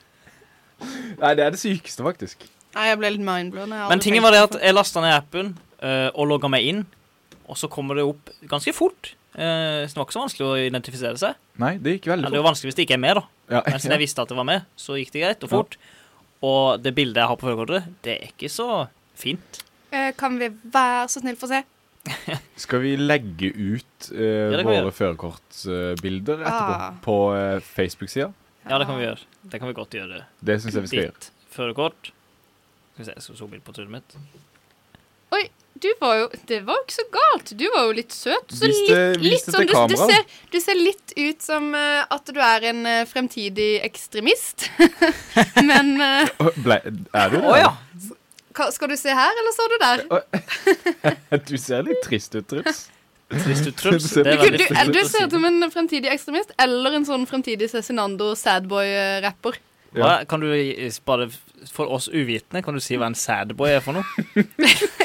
Speaker 1: Nei, det er det sykeste, faktisk.
Speaker 2: Nei, jeg ble litt mindblown. jeg har aldri
Speaker 3: Men
Speaker 2: tenkt
Speaker 3: tingen var det
Speaker 2: på
Speaker 3: at jeg lasta ned appen eh, og logga meg inn, og så kommer det opp ganske fort. Eh, så det var ikke så vanskelig å identifisere seg.
Speaker 1: Nei, det gikk
Speaker 3: Eller
Speaker 1: veldig
Speaker 3: det er jo vanskelig hvis det ikke er med, da.
Speaker 1: Ja,
Speaker 3: Men siden jeg visste at det var med, så gikk det greit og fort. Og det bildet jeg har på førerkortet, det er ikke så fint.
Speaker 2: Eh, Kan vi være så snill få se?
Speaker 1: Skal vi legge ut eh,
Speaker 3: Ja, det kan vi
Speaker 1: våre førerkortbilder etterpå
Speaker 2: Ah.
Speaker 1: på eh, Facebook-sida?
Speaker 3: Ja, det kan vi gjøre. Det kan vi godt gjøre.
Speaker 1: Det syns jeg vi skal gjøre.
Speaker 3: Ditt førerkort. Skal vi se, jeg skal zoome inn på trynet mitt.
Speaker 2: Oi, du var jo Det var jo ikke så galt. Du var jo litt søt. Så
Speaker 1: Vis
Speaker 2: litt,
Speaker 1: det- vis
Speaker 2: litt
Speaker 1: det til
Speaker 2: sånn, du, du,
Speaker 1: kamera.
Speaker 2: ser, du ser litt ut som eh, at du er en eh, fremtidig ekstremist. Men eh,
Speaker 1: Å, Ble, er du
Speaker 3: Å ja!
Speaker 2: hva- skal du se her, eller står du der?
Speaker 1: Du ser litt trist ut, Truls.
Speaker 3: Trist ut, Truls.
Speaker 1: Du
Speaker 3: Det er
Speaker 2: Du,
Speaker 3: veldig
Speaker 2: du,
Speaker 3: fint
Speaker 2: du
Speaker 3: å
Speaker 2: ser
Speaker 3: si.
Speaker 2: ut som en fremtidig ekstremist eller en sånn fremtidig Cezinando sadboy-rapper.
Speaker 1: Ja.
Speaker 3: Hva- Kan du eh, bare, for oss uvitende, kan du si hva en sadboy er for noe?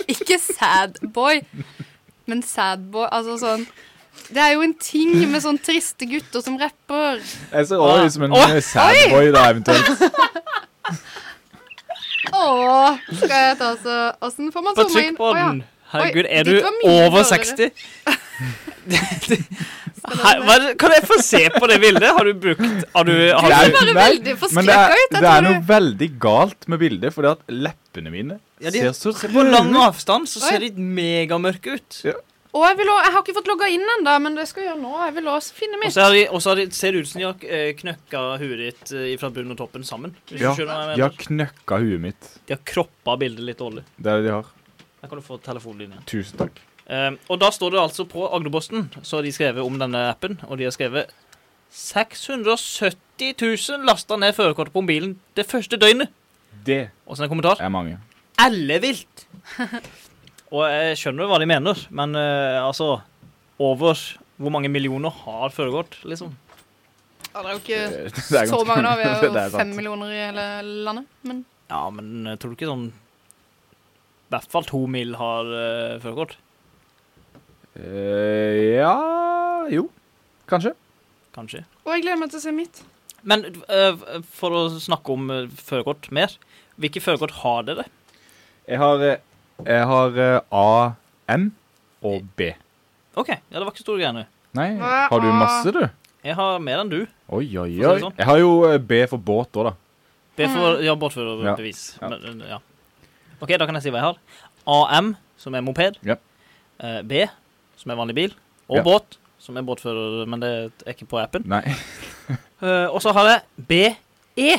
Speaker 2: Ikke sadboy, men sadboy Altså sånn Det er jo en ting med sånn triste gutter som rapper.
Speaker 1: Jeg ser også ut som en
Speaker 3: Å,
Speaker 1: eh, sadboy, da, eventuelt.
Speaker 2: Åh, skal jeg ta så Åssen får man
Speaker 3: Bare
Speaker 2: zooma
Speaker 3: trykk
Speaker 2: inn?
Speaker 3: på
Speaker 2: Å, ja.
Speaker 3: den. Herregud,
Speaker 2: Oi,
Speaker 3: er
Speaker 2: ditt
Speaker 3: du
Speaker 2: var mye
Speaker 3: over
Speaker 2: dårligere.
Speaker 3: 60?
Speaker 2: Skal
Speaker 3: Hei,
Speaker 2: den-
Speaker 3: hva, kan jeg få se på det bildet? Har du brukt Har du, har
Speaker 1: Nei,
Speaker 3: du
Speaker 1: nei,
Speaker 2: bare veldig forskrekket
Speaker 1: men det er,
Speaker 2: ut, jeg
Speaker 1: Det
Speaker 2: tror
Speaker 1: er noe
Speaker 2: du-
Speaker 1: veldig galt med bildet, fordi at leppene mine
Speaker 3: Ja, de-
Speaker 1: ser så
Speaker 3: På lang
Speaker 1: røde ut.
Speaker 3: avstand så ser de megamørke ut.
Speaker 1: Ja.
Speaker 2: Å, jeg, vil også, jeg har ikke fått logga inn ennå, men det skal jeg gjøre nå. Jeg vil også finne
Speaker 3: Og
Speaker 2: mitt.
Speaker 3: så har de- og så har de- ser det ut som de har eh, knøkka huet ditt eh, fra bunnen og toppen sammen. Hvis
Speaker 1: Ja,
Speaker 3: du skjønner hva jeg
Speaker 1: de har
Speaker 3: mener.
Speaker 1: knøkka huet mitt.
Speaker 3: De har kroppa bildet litt dårlig.
Speaker 1: Det er det de har.
Speaker 3: Her kan du få telefonen din igjen.
Speaker 1: Tusen takk.
Speaker 3: Eh, og da står det altså på Agderposten, så har de skrevet om denne appen, og de har skrevet 670 000 lasta ned førerkortet på mobilen det første døgnet.
Speaker 1: Det
Speaker 3: Og så en kommentar.
Speaker 1: er mange.
Speaker 3: ellevilt. Og jeg skjønner hva de mener, men eh, altså Over hvor mange millioner har førerkort, liksom?
Speaker 2: Ja, det er jo ikke
Speaker 1: Det er
Speaker 2: så
Speaker 1: ganske
Speaker 2: mange, da. Vi
Speaker 1: Det
Speaker 2: er
Speaker 1: er
Speaker 2: jo fem
Speaker 1: sant.
Speaker 2: millioner i hele landet. Men
Speaker 3: Ja, men jeg tror du ikke sånn I hvert fall to eh, mil har uh, førerkort.
Speaker 1: Eh, ja Jo. kanskje.
Speaker 3: kanskje.
Speaker 2: Og jeg gleder meg til å se mitt.
Speaker 3: Men eh, for å snakke om eh, førerkort mer Hvilke førerkort har dere?
Speaker 1: Jeg har, eh, jeg har eh, A, M og B.
Speaker 3: OK, ja, det var ikke store greiene.
Speaker 1: Nei, har du masse, du?
Speaker 3: Jeg har mer enn du.
Speaker 1: Oi, oi, oi.
Speaker 3: For å si det sånn.
Speaker 1: Jeg har jo eh, B for båt òg, da.
Speaker 3: Det får
Speaker 2: Mm.
Speaker 3: ja, båtførerbevis.
Speaker 1: Ja.
Speaker 3: Men, ja. OK, da kan jeg si hva jeg har. AM, som er moped.
Speaker 1: Ja.
Speaker 3: Eh, B, som er vanlig bil. Og
Speaker 1: Ja.
Speaker 3: båt, som er båtfører, men det er ikke på appen.
Speaker 1: Nei.
Speaker 3: Eh, og så har jeg BE,
Speaker 2: Hva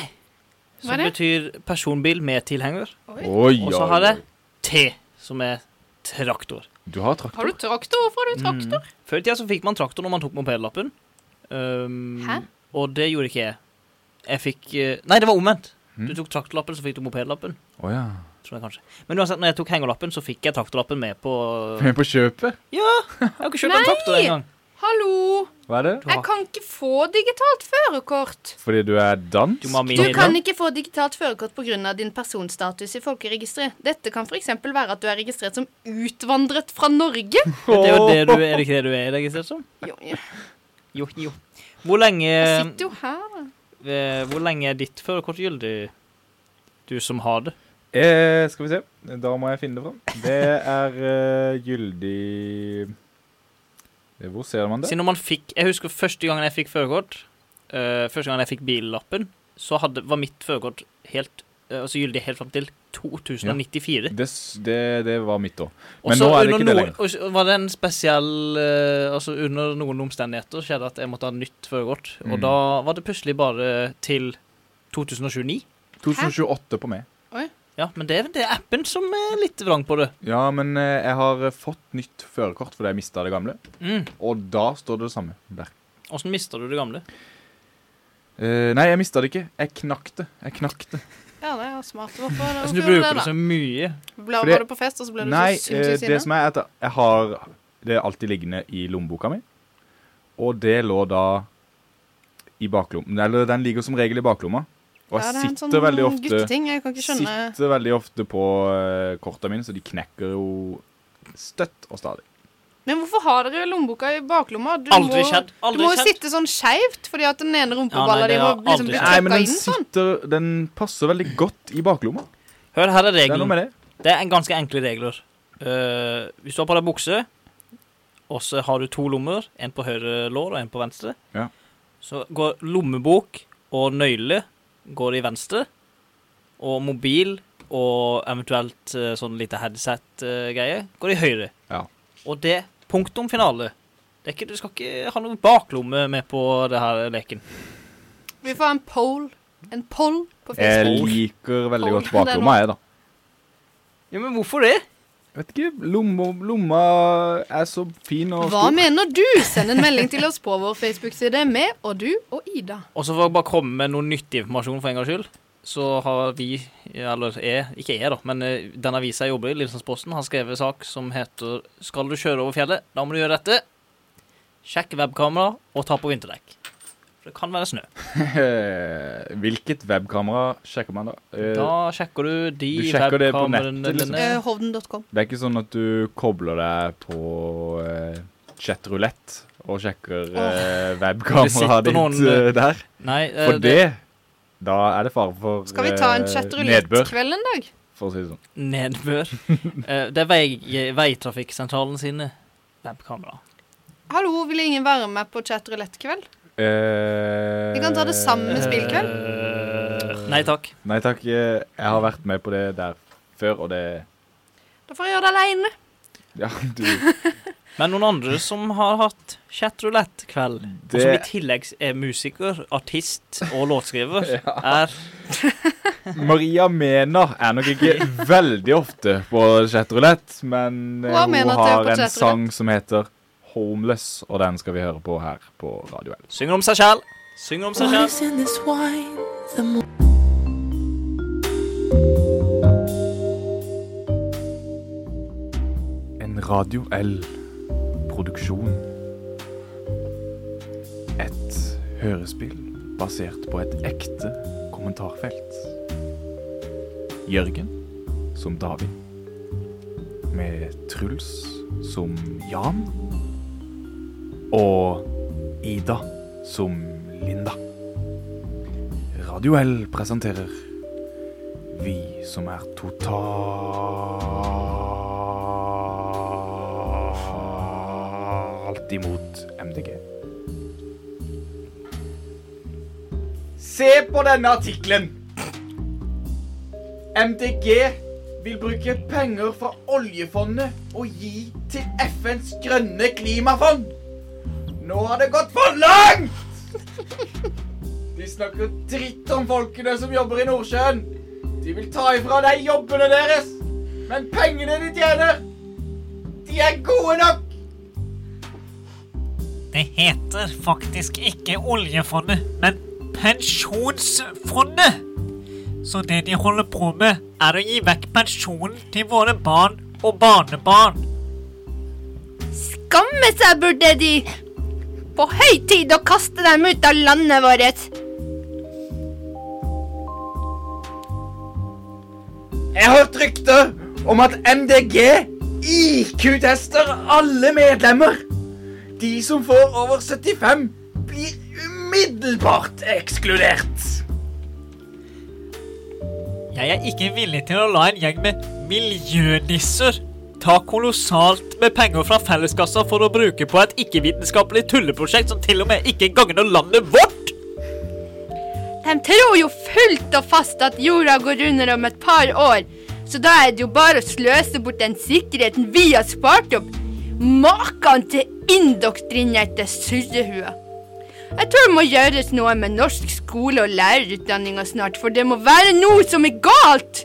Speaker 3: som
Speaker 2: er det?
Speaker 3: betyr personbil med tilhenger.
Speaker 1: Oi, oi,
Speaker 3: Og så har jeg
Speaker 1: oi.
Speaker 3: T, som er traktor.
Speaker 1: Du har traktor.
Speaker 2: Har du traktor? Hvorfor har du traktor?
Speaker 3: Mm. Før i tida så fikk man traktor når man tok mopedlappen. Um,
Speaker 2: Hæ?
Speaker 3: Og det gjorde ikke jeg. Jeg fikk eh, Nei, det var omvendt.
Speaker 1: Mm.
Speaker 3: Du tok traktorlappen, så fikk du mopedlappen.
Speaker 1: Å ja.
Speaker 3: Tror jeg kanskje. Men uansett, når jeg tok hengerlappen, så fikk jeg traktorlappen med på
Speaker 1: Men på kjøpet?
Speaker 3: Jeg har ikke kjøpt en traktor
Speaker 2: Nei!
Speaker 3: engang.
Speaker 2: Hallo!
Speaker 1: Hva er det?
Speaker 3: Du,
Speaker 2: Jeg
Speaker 3: har-
Speaker 2: kan ikke få digitalt førerkort.
Speaker 1: Fordi du er dansk?
Speaker 3: du må ha
Speaker 2: Du
Speaker 3: minilapp.
Speaker 2: kan ikke få digitalt førerkort pga. din personstatus i folkeregisteret. Dette kan f.eks. være at du er registrert som utvandret fra Norge.
Speaker 3: Det er jo det du er, det ikke det du er registrert som?
Speaker 2: Jo, jeg
Speaker 3: Jo, jo. Hvor lenge
Speaker 2: sitter jo her. da.
Speaker 3: eh, Hvor lenge er ditt førerkort gyldig, du som har det?
Speaker 1: Eh, skal vi se. Da må jeg finne det fram. Det er eh, gyldig Eh, Hvor ser man det?
Speaker 3: Siden når man fikk Jeg husker første gangen jeg fikk førerkort, eh, første gangen jeg fikk billappen, så hadde, var mitt førerkort helt eh, altså gyldig helt fram til 2094.
Speaker 1: Det, s- det, det var mitt òg.
Speaker 3: Og
Speaker 1: Men
Speaker 3: så
Speaker 1: nå er det
Speaker 3: under
Speaker 1: ikke det
Speaker 3: noen-
Speaker 1: lenger.
Speaker 3: Og så var det en spesiell eh, Altså under noen omstendigheter skjedde at jeg måtte ha nytt førerkort, og
Speaker 1: Mm.
Speaker 3: da var det plutselig bare til 2029.
Speaker 1: 2028 på meg.
Speaker 3: Ja, men det, er- det er appen som er litt vrang på det.
Speaker 1: Ja, men eh, jeg har eh, fått nytt førerkort fordi jeg mista det gamle.
Speaker 3: Mm.
Speaker 1: Og da står det det samme der.
Speaker 3: Åssen mista du det gamle?
Speaker 1: Eh, nei, jeg mista det ikke. Jeg knakk det. Jeg knakk det.
Speaker 2: Ja, det er smart. Hvorfor, hvorfor
Speaker 3: Altså, du
Speaker 2: gjorde
Speaker 3: bruker det
Speaker 2: da?
Speaker 3: så mye.
Speaker 2: Ble,
Speaker 1: Fordi-
Speaker 2: Var du på fest, og så ble du
Speaker 1: Nei,
Speaker 2: så
Speaker 1: eh,
Speaker 2: sinnssykt
Speaker 1: det
Speaker 2: sinna?
Speaker 1: som er at jeg har det alltid liggende i lommeboka mi, og det lå da i baklommen. Eller den ligger som regel i baklomma. Og jeg
Speaker 2: Ja, det er en sånn
Speaker 1: sitter veldig ofte
Speaker 2: gutteting. Jeg kan ikke skjønne
Speaker 1: Sitter veldig ofte på eh, korta mine, så de knekker jo støtt og stadig.
Speaker 2: Men hvorfor har dere lommeboka i baklomma? Du
Speaker 3: Aldri
Speaker 2: må,
Speaker 3: skjedd.
Speaker 2: Du må
Speaker 3: Aldri
Speaker 2: jo
Speaker 3: skjedd.
Speaker 2: sitte sånn skeivt, fordi at den ene
Speaker 3: Ja, nei,
Speaker 2: rumpeballa di
Speaker 3: det
Speaker 2: må
Speaker 3: har aldri
Speaker 2: liksom bli
Speaker 3: skjedd.
Speaker 1: Nei, men
Speaker 2: trykka
Speaker 1: den
Speaker 2: inn sånn.
Speaker 1: sitter Den passer veldig godt i baklomma.
Speaker 3: Hør, her er
Speaker 1: Det er
Speaker 3: regelen.
Speaker 1: noe med det.
Speaker 3: Det er en ganske enkle regler. Eh, hvis du har på deg bukse, og så har du to lommer, en på høyre lår og en på venstre,
Speaker 1: Ja.
Speaker 3: så går lommebok og nøyle går i venstre, og mobil og eventuelt eh, sånn lite headset-greie går i høyre.
Speaker 1: Ja.
Speaker 3: Og det punktum finale. Det er ikke, du skal ikke ha noe baklomme med på det her leken.
Speaker 2: Vi får ha en poll. En poll på
Speaker 1: Jeg
Speaker 2: Facebook.
Speaker 1: liker veldig godt
Speaker 2: Hold. Det er
Speaker 1: baklomma, jeg, da.
Speaker 3: Ja, men hvorfor det?
Speaker 1: Vet ikke. Lomma, lomma er så fin og
Speaker 2: Hva
Speaker 1: stor.
Speaker 2: mener du? Send en melding til oss på vår Facebook-side med og du og Ida.
Speaker 3: Og så for å bare komme med noe nyttig informasjon for en gangs skyld, så har vi, eller jeg, ikke jeg da, men eh, den avisa jeg jobber i, Lillesandsposten, har skrevet en sak som heter Skal du kjøre over fjellet, da må du gjøre dette. Sjekk webkamera og ta på vinterdekk. For det kan være snø.
Speaker 1: Hvilket webkamera sjekker man da? Eh,
Speaker 3: Da sjekker du de
Speaker 1: Du sjekker det på
Speaker 3: webkameraene
Speaker 1: nettet, liksom.
Speaker 3: dine.
Speaker 2: Eh, Hovden.com.
Speaker 1: Det er ikke sånn at du kobler deg på uh, chatrulett og sjekker uh,
Speaker 3: sitter
Speaker 1: webkameraet ditt
Speaker 3: noen,
Speaker 1: eh, der?
Speaker 3: Nei, eh,
Speaker 1: For
Speaker 3: det,
Speaker 1: det Da er det fare for
Speaker 2: Skal vi ta en
Speaker 1: eh, nedbør,
Speaker 2: chatrulett-kveld en dag?
Speaker 1: for å si det sånn.
Speaker 3: nedbør. Eh, det er vei, veitrafikksentralen sine webkamera.
Speaker 2: Hallo, vil ingen være med på chatrulett-kveld?
Speaker 1: Eh,
Speaker 2: Vi kan ta det sammen med spillkveld.
Speaker 3: Eh, nei takk.
Speaker 1: Nei takk, eh, jeg har vært med på det der før, og det
Speaker 2: Da får jeg gjøre det aleine.
Speaker 1: Ja, du
Speaker 3: Men noen andre som har hatt chatroulette-kveld, og
Speaker 1: Det-
Speaker 3: som i tillegg er musiker, artist og låtskriver, er
Speaker 1: Maria Mena er nok ikke veldig ofte på chatrulett, men eh,
Speaker 2: Hva
Speaker 1: hun
Speaker 2: mener at det er
Speaker 1: har
Speaker 2: på
Speaker 1: en
Speaker 2: chatroulette?
Speaker 1: sang som heter Homeless, og den skal vi høre på her på Radio L.
Speaker 3: Synger om seg sjæl. Synger om seg sjæl.
Speaker 5: Lives in this wine, the more
Speaker 1: En Radio L-produksjon. Et hørespill basert på et ekte kommentarfelt. Jørgen som David. Med Truls som Jan. Og Ida som Linda. Radio L presenterer Vi som er totalt Ah, imot MDG. Se på denne artikkelen! MDG vil bruke penger fra oljefondet og gi til FNs grønne klimafond. Nå har det gått for langt! De snakker dritt om folkene som jobber i Nordsjøen. De vil ta ifra deg jobbene deres. Men pengene de tjener, de er gode nok.
Speaker 8: Det heter faktisk ikke oljefondet, men pensjonsfondet. Så det de holder på med, er å gi vekk pensjonen til våre barn og barnebarn.
Speaker 9: Skamme seg burde de! På høy tid å kaste dem ut av landet vårt.
Speaker 1: Jeg har hørt rykter om at MDG IQ-tester alle medlemmer. De som får over 75, blir umiddelbart ekskludert.
Speaker 8: Jeg er ikke villig til å la en gjeng med miljønisser ta kolossalt med penger fra felleskassa for å bruke på et ikke-vitenskapelig tulleprosjekt som til og med ikke gagner landet vårt!
Speaker 9: De tror jo fullt og fast at jorda går under om et par år, så da er det jo bare å sløse bort den sikkerheten vi har spart opp. Maken til indoktrinerte surrehuer. Jeg tror det må gjøres noe med norsk skole og lærerutdanninga snart, for det må være noe som er galt!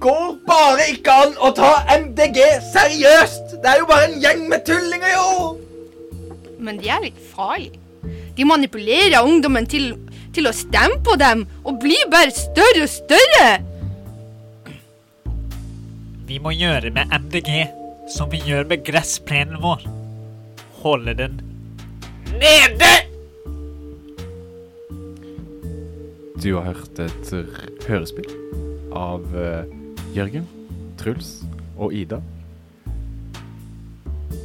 Speaker 1: går bare ikke an å ta MDG seriøst! Det er jo bare en gjeng med tullinger, jo!
Speaker 9: Men de er litt farlige. De manipulerer ungdommen til, til å stemme på dem, og blir bare større og større!
Speaker 8: Vi må gjøre med MDG som vi gjør med gressplenen vår. Holde den nede!
Speaker 1: Du har hørt et r- hørespill av eh, Jørgen, Truls og Ida.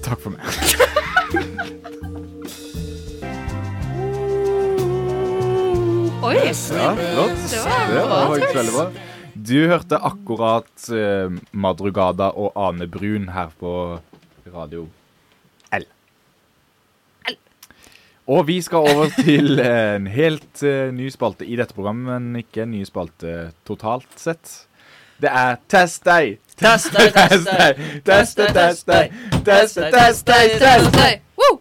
Speaker 1: Takk for meg.
Speaker 2: Oi!
Speaker 1: Ja, flott.
Speaker 2: Det var
Speaker 1: Det
Speaker 2: bra,
Speaker 1: var faktisk
Speaker 2: Truls.
Speaker 1: veldig bra. Du hørte akkurat eh, Madrugada og Ane Brun her på Radio L.
Speaker 9: L.
Speaker 1: Og vi skal over til en helt eh, ny spalte i dette programmet, men ikke en ny spalte totalt sett. Det er Test deg!
Speaker 3: Test deg, test deg.
Speaker 1: Test deg, test deg! Test deg, test deg, test deg!
Speaker 2: Oi, wow.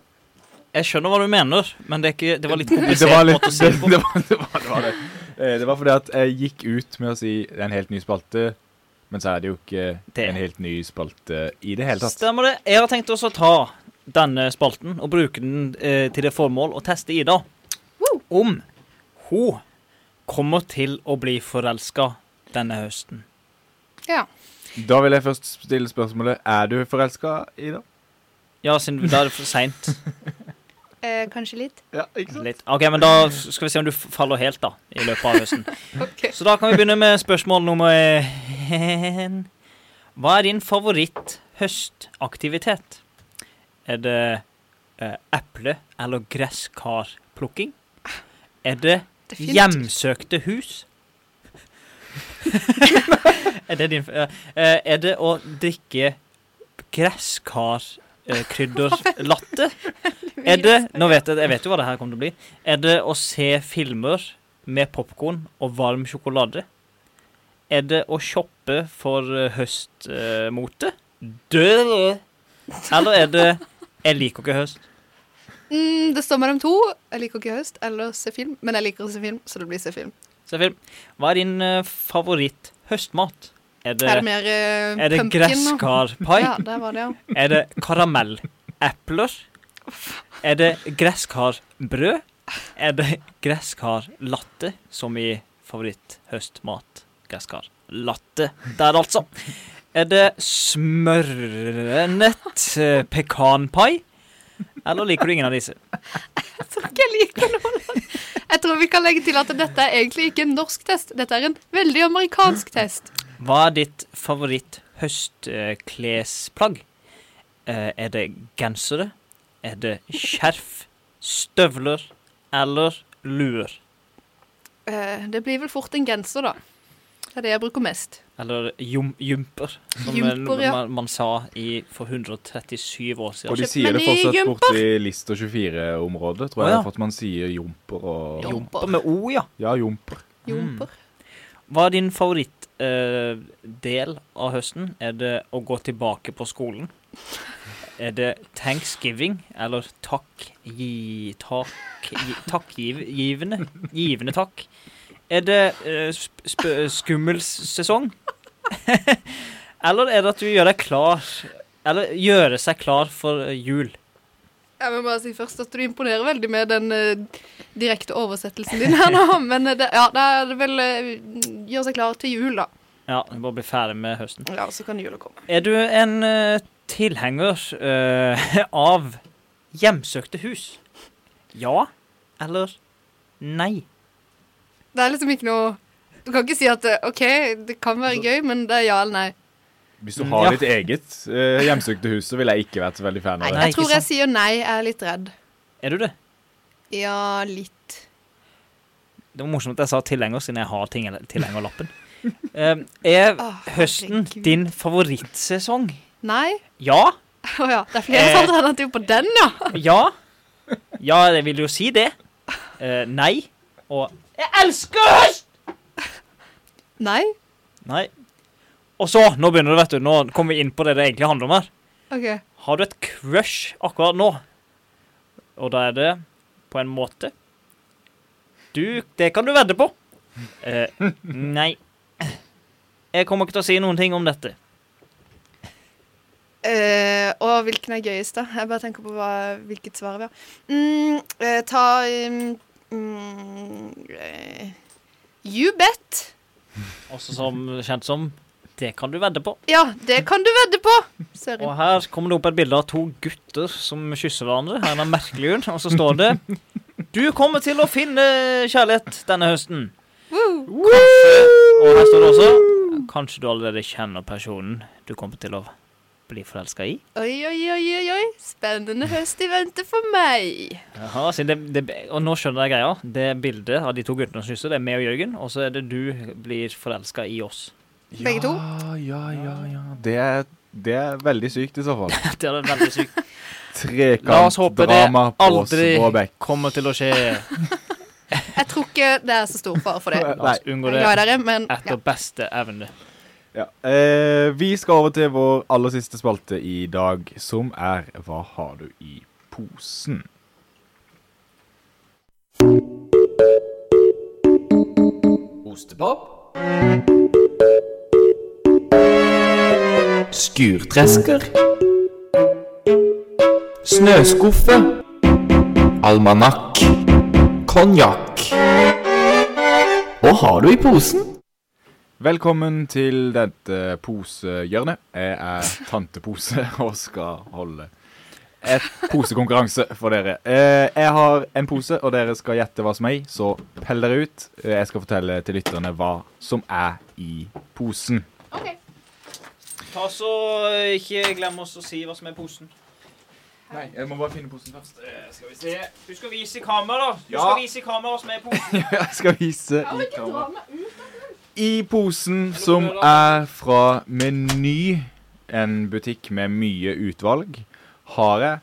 Speaker 3: Jeg skjønner hva du mener, men det, er ikke, det var litt
Speaker 1: Det
Speaker 3: komplisert
Speaker 1: var litt
Speaker 3: måte å si
Speaker 1: det,
Speaker 3: det på.
Speaker 1: det, var, det, var, det, var det. Eh, det var fordi at jeg gikk ut med å si det er en helt ny spalte, men så er det jo ikke
Speaker 3: Det.
Speaker 1: en helt ny spalte i det hele tatt.
Speaker 3: Stemmer det. Jeg har tenkt også å ta denne spalten og bruke den eh, til det formål å teste Ida. Om hun kommer til å bli forelska denne høsten.
Speaker 2: Ja.
Speaker 1: Da vil jeg først stille spørsmålet Er du forelska, Ida?
Speaker 3: Ja, siden da er det for seint.
Speaker 2: Eh, kanskje litt.
Speaker 1: Ja, ikke
Speaker 3: Litt. OK, men da skal vi se om du faller helt, da, i løpet av høsten.
Speaker 2: Ok.
Speaker 3: Så da kan vi begynne med spørsmål nummer én. Hva er din favoritt-høstaktivitet? Er det eh, eple- eller gresskarplukking? Er det
Speaker 2: Definitivt.
Speaker 3: hjemsøkte hus? er, det din, eh, eh, er det å drikke gresskarkrydderlatte? Er det Nå vet jeg, jeg vet jo hva det her kommer til å bli. Er det å se filmer med popkorn og varm sjokolade? Er det å shoppe for eh, høstmote? Død! Eller er det Jeg liker ikke høst.
Speaker 2: Mm, det står mellom to. Jeg liker ikke høst eller se film, men jeg liker å se film, så det blir se film.
Speaker 3: Se film. Hva er din eh, favoritt-høstmat? Er det,
Speaker 2: Er det mer eh,
Speaker 3: er det
Speaker 2: pumpkin nå?
Speaker 3: gresskarpai?
Speaker 2: Ja, der var det, ja.
Speaker 3: Er det karamellepler? Er det gresskarbrød? Er det gresskarlatte, som i favoritthøstmat? Gresskarlatte der, altså. Er det smørnet eh, pekanpai? Eller liker du ingen av disse?
Speaker 2: Jeg tror ikke jeg liker noe. Jeg tror vi kan legge til at dette er egentlig ikke en norsk test, dette er en veldig amerikansk test.
Speaker 3: Hva er ditt favoritt høstklesplagg? Er det Eh, gensere? Er det skjerf, støvler eller luer?
Speaker 2: Eh, det blir vel fort en genser, da. Det er det jeg bruker mest.
Speaker 3: Eller jum, jumper, som
Speaker 2: Jumper, ja.
Speaker 3: man, man sa i, for 137 år
Speaker 1: Og
Speaker 3: siden.
Speaker 1: de
Speaker 2: Kjøpt
Speaker 1: sier
Speaker 2: meg
Speaker 1: det
Speaker 2: ny
Speaker 1: fortsatt
Speaker 2: jumper.
Speaker 1: borti Lister 24-området, tror
Speaker 3: Å,
Speaker 1: jeg.
Speaker 3: ja.
Speaker 1: For at man sier jomper og
Speaker 2: Jomper.
Speaker 3: Med O, ja.
Speaker 1: Ja, jomper.
Speaker 3: Mm.
Speaker 2: Jomper.
Speaker 3: Hva er din favorittdel del av høsten? Er det å gå tilbake på skolen? Er det thanksgiving eller takk gi... Takk... Gi, takkgiv, givende? Givende takk. Er det eh, sp sp skummelsesong? eller er det at du gjør deg klar Eller gjøre seg klar for jul?
Speaker 2: Jeg vil bare si først at du imponerer veldig med den eh, direkte oversettelsen din her nå. Men eh, det, ja, det er vel eh, gjøre seg klar til jul, da.
Speaker 3: Ja, vi må bli ferdig med høsten.
Speaker 2: Ja, så kan jula komme.
Speaker 3: Er du en eh, tilhenger eh, av hjemsøkte hus? Ja eller nei?
Speaker 2: Det er liksom ikke noe Du kan ikke si at eh, OK, det kan være gøy, men det er ja eller nei.
Speaker 1: Hvis du
Speaker 3: Mm,
Speaker 1: har
Speaker 3: ja.
Speaker 1: ditt eget eh, hjemsøkte hus, så ville jeg ikke vært så veldig fan
Speaker 2: Nei,
Speaker 1: av det.
Speaker 3: Nei,
Speaker 2: jeg
Speaker 3: ikke
Speaker 2: tror jeg
Speaker 3: sant.
Speaker 2: sier nei. Jeg er litt redd.
Speaker 3: Er du det?
Speaker 2: Ja, litt.
Speaker 3: Det var morsomt at jeg sa tilhenger, siden jeg har ting- tilhengerlappen. Eh, er
Speaker 2: Åh,
Speaker 3: høsten
Speaker 2: Ah, herregud.
Speaker 3: din favorittsesong?
Speaker 2: Nei?
Speaker 3: Ja?
Speaker 2: Å ja. Det er flere
Speaker 3: Eh.
Speaker 2: alternativer på den, ja.
Speaker 3: Ja? Ja, jeg vil jo si det. Eh, nei og Jeg elsker høst!
Speaker 2: Nei?
Speaker 3: Nei. Og så, nå begynner det, vet du. Nå kommer vi inn på det det egentlig handler om her.
Speaker 2: OK.
Speaker 3: Har du et crush akkurat nå? Og da er det på en måte Du, det kan du vedde på. Eh, nei. Jeg kommer ikke til å si noen ting om dette.
Speaker 2: Eh, og hvilken er gøyest, da? Jeg bare tenker på hva, hvilket svar vi har. Mm, eh, ta mm, mm, eh, You bet.
Speaker 3: Også som kjent som Det kan du vedde på.
Speaker 2: Ja, det kan du vedde på! Søren.
Speaker 3: Og her kommer det opp et bilde av to gutter som kysser hverandre. Her er en merkelig grunn, og så står det Du kommer til å finne kjærlighet denne høsten.
Speaker 2: Woo.
Speaker 3: Og her står det også Kanskje du allerede kjenner personen du kommer til å bli forelska i.
Speaker 2: Oi, oi, oi, oi, oi. Spennende høst i vente for meg.
Speaker 3: Jaha, så det, det, og nå skjønner jeg greia. Det bildet av de to guttene som kysser, det er meg og Jørgen, og så er det du blir forelska i oss.
Speaker 2: Begge to?
Speaker 1: Ja, ja, ja. ja. Det, er, det er veldig sykt i så fall.
Speaker 3: Det er veldig sykt. La oss håpe det
Speaker 1: Trekantdrama på
Speaker 3: aldri
Speaker 1: Skråbekk.
Speaker 3: kommer til å skje.
Speaker 2: Jeg tror ikke det er så stor fare for det.
Speaker 3: La
Speaker 1: Nei.
Speaker 3: oss unngå
Speaker 2: Jeg er
Speaker 3: det
Speaker 2: glad i dere, men ja.
Speaker 3: etter beste evne.
Speaker 1: Ja. Eh, vi skal over til vår aller siste spalte i dag, som er Hva har du i posen?
Speaker 10: Ostepop. Skurtresker. Snøskuffe. Almanakk. Konjakk. Hva har du i posen?
Speaker 1: Velkommen til dette posehjørnet. Jeg er Tante Pose og skal holde et posekonkurranse for dere. Eh, Jeg har en pose, og dere skal gjette hva som er i, så pell dere ut. Eh, Jeg skal fortelle til lytterne hva som er i posen.
Speaker 3: Ta så eh, Ikke glem oss å si hva som er posen.
Speaker 1: Nei, jeg må bare finne posen først.
Speaker 3: Eh, Skal vi se. Du skal vise i kamera. Du
Speaker 1: Ja.
Speaker 3: skal vise i kamera hva som er i posen.
Speaker 1: Jeg skal vise i kamera. I posen som er fra Meny, en butikk med mye utvalg, har jeg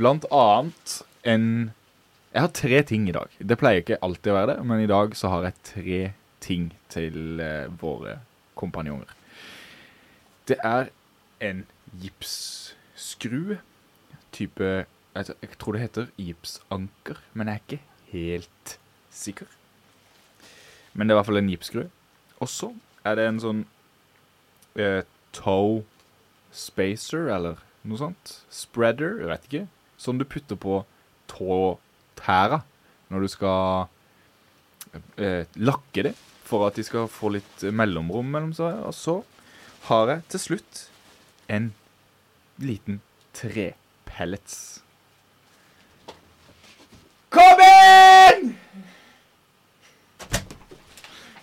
Speaker 1: blant annet en Jeg har tre ting i dag. Det pleier ikke alltid å være det, men i dag så har jeg tre ting til eh, våre kompanjonger. Det er en gipsskrue, type jeg t- Jeg tror det heter gipsanker, men jeg er ikke helt sikker. Men det er i hvert fall en gipskrue. Og så er det en sånn eh, toe spacer, eller noe sånt. Spreader, jeg vet ikke. Som du putter på tåtæra når du skal eh, lakke det, for at de skal få litt eh, mellomrom mellom seg. Og så har jeg til slutt en liten trepellets. Kom inn!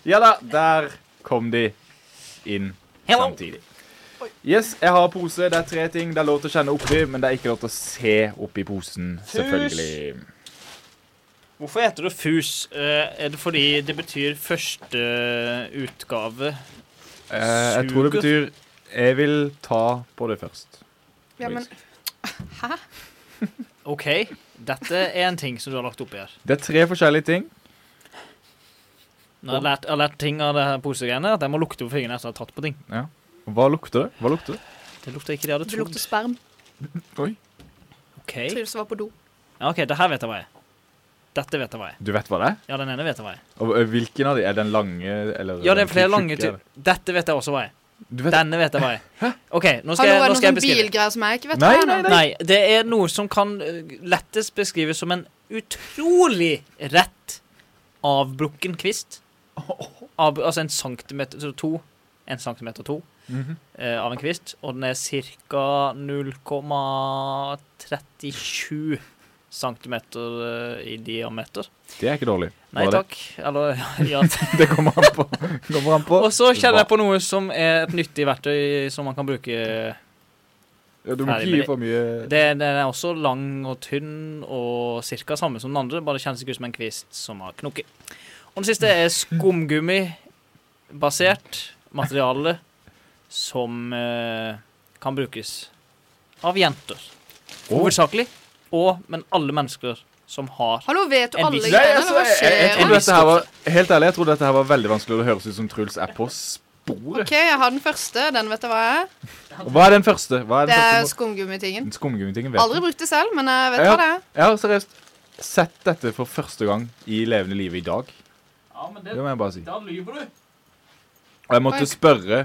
Speaker 1: Ja da, der kom de inn
Speaker 3: Hello.
Speaker 1: samtidig. Yes, jeg har pose. Det er tre ting det er lov til å kjenne oppi, men det er ikke lov til å se oppi posen. Selvfølgelig.
Speaker 3: Hvorfor heter det FUS? Eh, Er det fordi det betyr første utgave?
Speaker 1: Eh, jeg tror det betyr Jeg vil ta på det først.
Speaker 2: Ja, men Hæ?
Speaker 3: OK, dette er en ting som du har lagt oppi her.
Speaker 1: Det er tre forskjellige ting.
Speaker 3: Nå har jeg, lært, jeg har lært ting av det her posegreiene, at jeg må lukte på fingrene etter at jeg har tatt på ting.
Speaker 1: Ja. Hva lukter det? Hva lukter det?
Speaker 3: Det lukter ikke det jeg hadde
Speaker 2: Det lukter
Speaker 3: trodd.
Speaker 2: sperm.
Speaker 3: OK,
Speaker 2: Jeg Trives å være på do.
Speaker 3: ja, ok, det her vet jeg hva er. Dette vet jeg hva er.
Speaker 1: Du vet hva det er?
Speaker 3: Ja, den ene vet jeg hva er.
Speaker 1: Og og Hvilken av de? Er den lange eller
Speaker 3: Ja, det er
Speaker 1: den
Speaker 3: flere lange
Speaker 1: tjukke,
Speaker 3: tur...
Speaker 1: eller?
Speaker 3: Dette vet jeg også hva er.
Speaker 1: Du vet-
Speaker 3: Denne vet jeg hva er.
Speaker 2: Hallo,
Speaker 3: OK, nå skal jeg,
Speaker 2: er det
Speaker 3: nå
Speaker 2: noen
Speaker 3: skal jeg
Speaker 2: sånn
Speaker 3: beskrive.
Speaker 2: bilgreier som jeg ikke vet
Speaker 1: Nei,
Speaker 2: hva er?
Speaker 1: nei,
Speaker 2: da?
Speaker 3: Nei, det er noe som kan eh, lettest beskrives som en utrolig rett avbrukken kvist. Av, altså en centimeter så to. En centimeter to
Speaker 1: Mhm.
Speaker 3: eh, av en kvist. Og den er ca. 0,37 centimeter eh, i diameter.
Speaker 1: Det er ikke dårlig.
Speaker 3: Nei
Speaker 1: Hva er det?
Speaker 3: takk. Eller ja.
Speaker 1: Det kommer an på. Kommer an på.
Speaker 3: Og så kjenner jeg
Speaker 1: Hva-
Speaker 3: på noe som er et nyttig verktøy som man kan bruke eh,
Speaker 1: Ja, Du må ikke gi for mye
Speaker 3: Det, den er også lang og tynn og cirka samme som den andre, bare kjennes ikke ut som en kvist som har knokker. Og den siste er skumgummi-basert materiale som eh, kan brukes av jenter. Hovedsakelig. Og, men alle mennesker som har
Speaker 2: Hallo, vet du
Speaker 3: En
Speaker 2: alle
Speaker 3: viss-
Speaker 1: Nei,
Speaker 2: greiene?
Speaker 1: altså,
Speaker 2: Hva
Speaker 1: jeg, jeg, jeg
Speaker 2: skjer?
Speaker 1: trodde dette her var Helt ærlig, jeg trodde dette her var veldig vanskelig, og det høres ut som Truls er på sporet.
Speaker 2: OK, jeg har den første. Den vet jeg hva er.
Speaker 1: Og Hva er den første? Hva er den
Speaker 2: Det er
Speaker 1: første?
Speaker 2: skumgummitingen.
Speaker 1: Den Skumgummitingen vet
Speaker 2: Aldri
Speaker 1: du.
Speaker 2: brukt det selv, men jeg vet
Speaker 1: Ja.
Speaker 2: hva det er.
Speaker 1: Jeg har seriøst sett dette for første gang i levende livet i dag. Det må jeg bare si.
Speaker 3: Da lyver du.
Speaker 1: Og jeg måtte spørre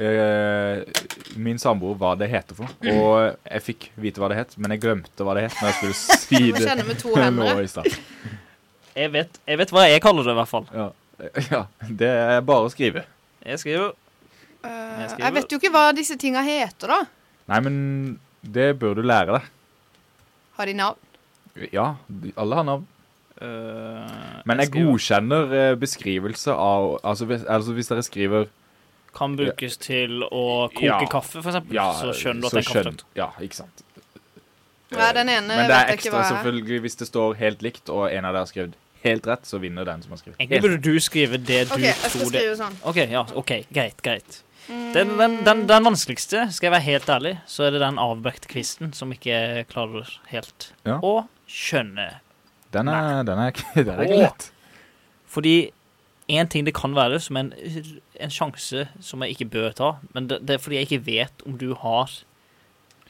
Speaker 1: eh, min samboer hva det heter for
Speaker 2: Mm.
Speaker 1: noe. Og jeg fikk vite hva det het, men jeg glemte hva det het når jeg skulle si
Speaker 2: Du må
Speaker 1: det.
Speaker 2: kjenne eh. med to
Speaker 1: nå
Speaker 2: hender.
Speaker 1: i stad.
Speaker 3: Jeg vet, jeg vet hva jeg kaller det, i hvert fall.
Speaker 1: Ja. ja. Det er bare å skrive.
Speaker 3: Jeg skriver
Speaker 2: Eh,
Speaker 3: Jeg skriver-
Speaker 2: jeg vet jo ikke hva disse tinga heter, da.
Speaker 1: Nei, men det bør du lære deg.
Speaker 2: Har de navn?
Speaker 1: Ja, alle har navn.
Speaker 3: eh,
Speaker 1: Men jeg
Speaker 3: skriver,
Speaker 1: godkjenner eh, beskrivelse av Altså hvis, altså hvis dere skriver
Speaker 3: Kan brukes til å koke
Speaker 1: Ja.
Speaker 3: kaffe, for eksempel. så skjønner du at
Speaker 1: så
Speaker 3: det er kaffetrakt.
Speaker 1: skjønn- Ja, ikke sant.
Speaker 2: Nei, den ene
Speaker 1: Men det er
Speaker 2: vet jeg ikke
Speaker 1: ekstra,
Speaker 2: hva er.
Speaker 1: selvfølgelig. Hvis det står helt likt, og en av dere har skrevet helt rett, så vinner den som har skrevet
Speaker 3: Egentlig
Speaker 1: helt
Speaker 3: burde du skrive det du
Speaker 2: OK, jeg skal
Speaker 3: tror det
Speaker 2: skrive Mm. sånn.
Speaker 3: OK, ja, ok, greit, greit. Den, den, den, den vanskeligste, skal jeg være helt ærlig, så er det den avbrekte kvisten som ikke klarer helt
Speaker 1: Ja.
Speaker 3: å skjønne.
Speaker 1: Den er, den er, ikke- den er ikke
Speaker 3: Åh.
Speaker 1: lett.
Speaker 3: Fordi én ting det kan være, som er en, en sjanse som jeg ikke bør ta, men det, det er fordi jeg ikke vet om du har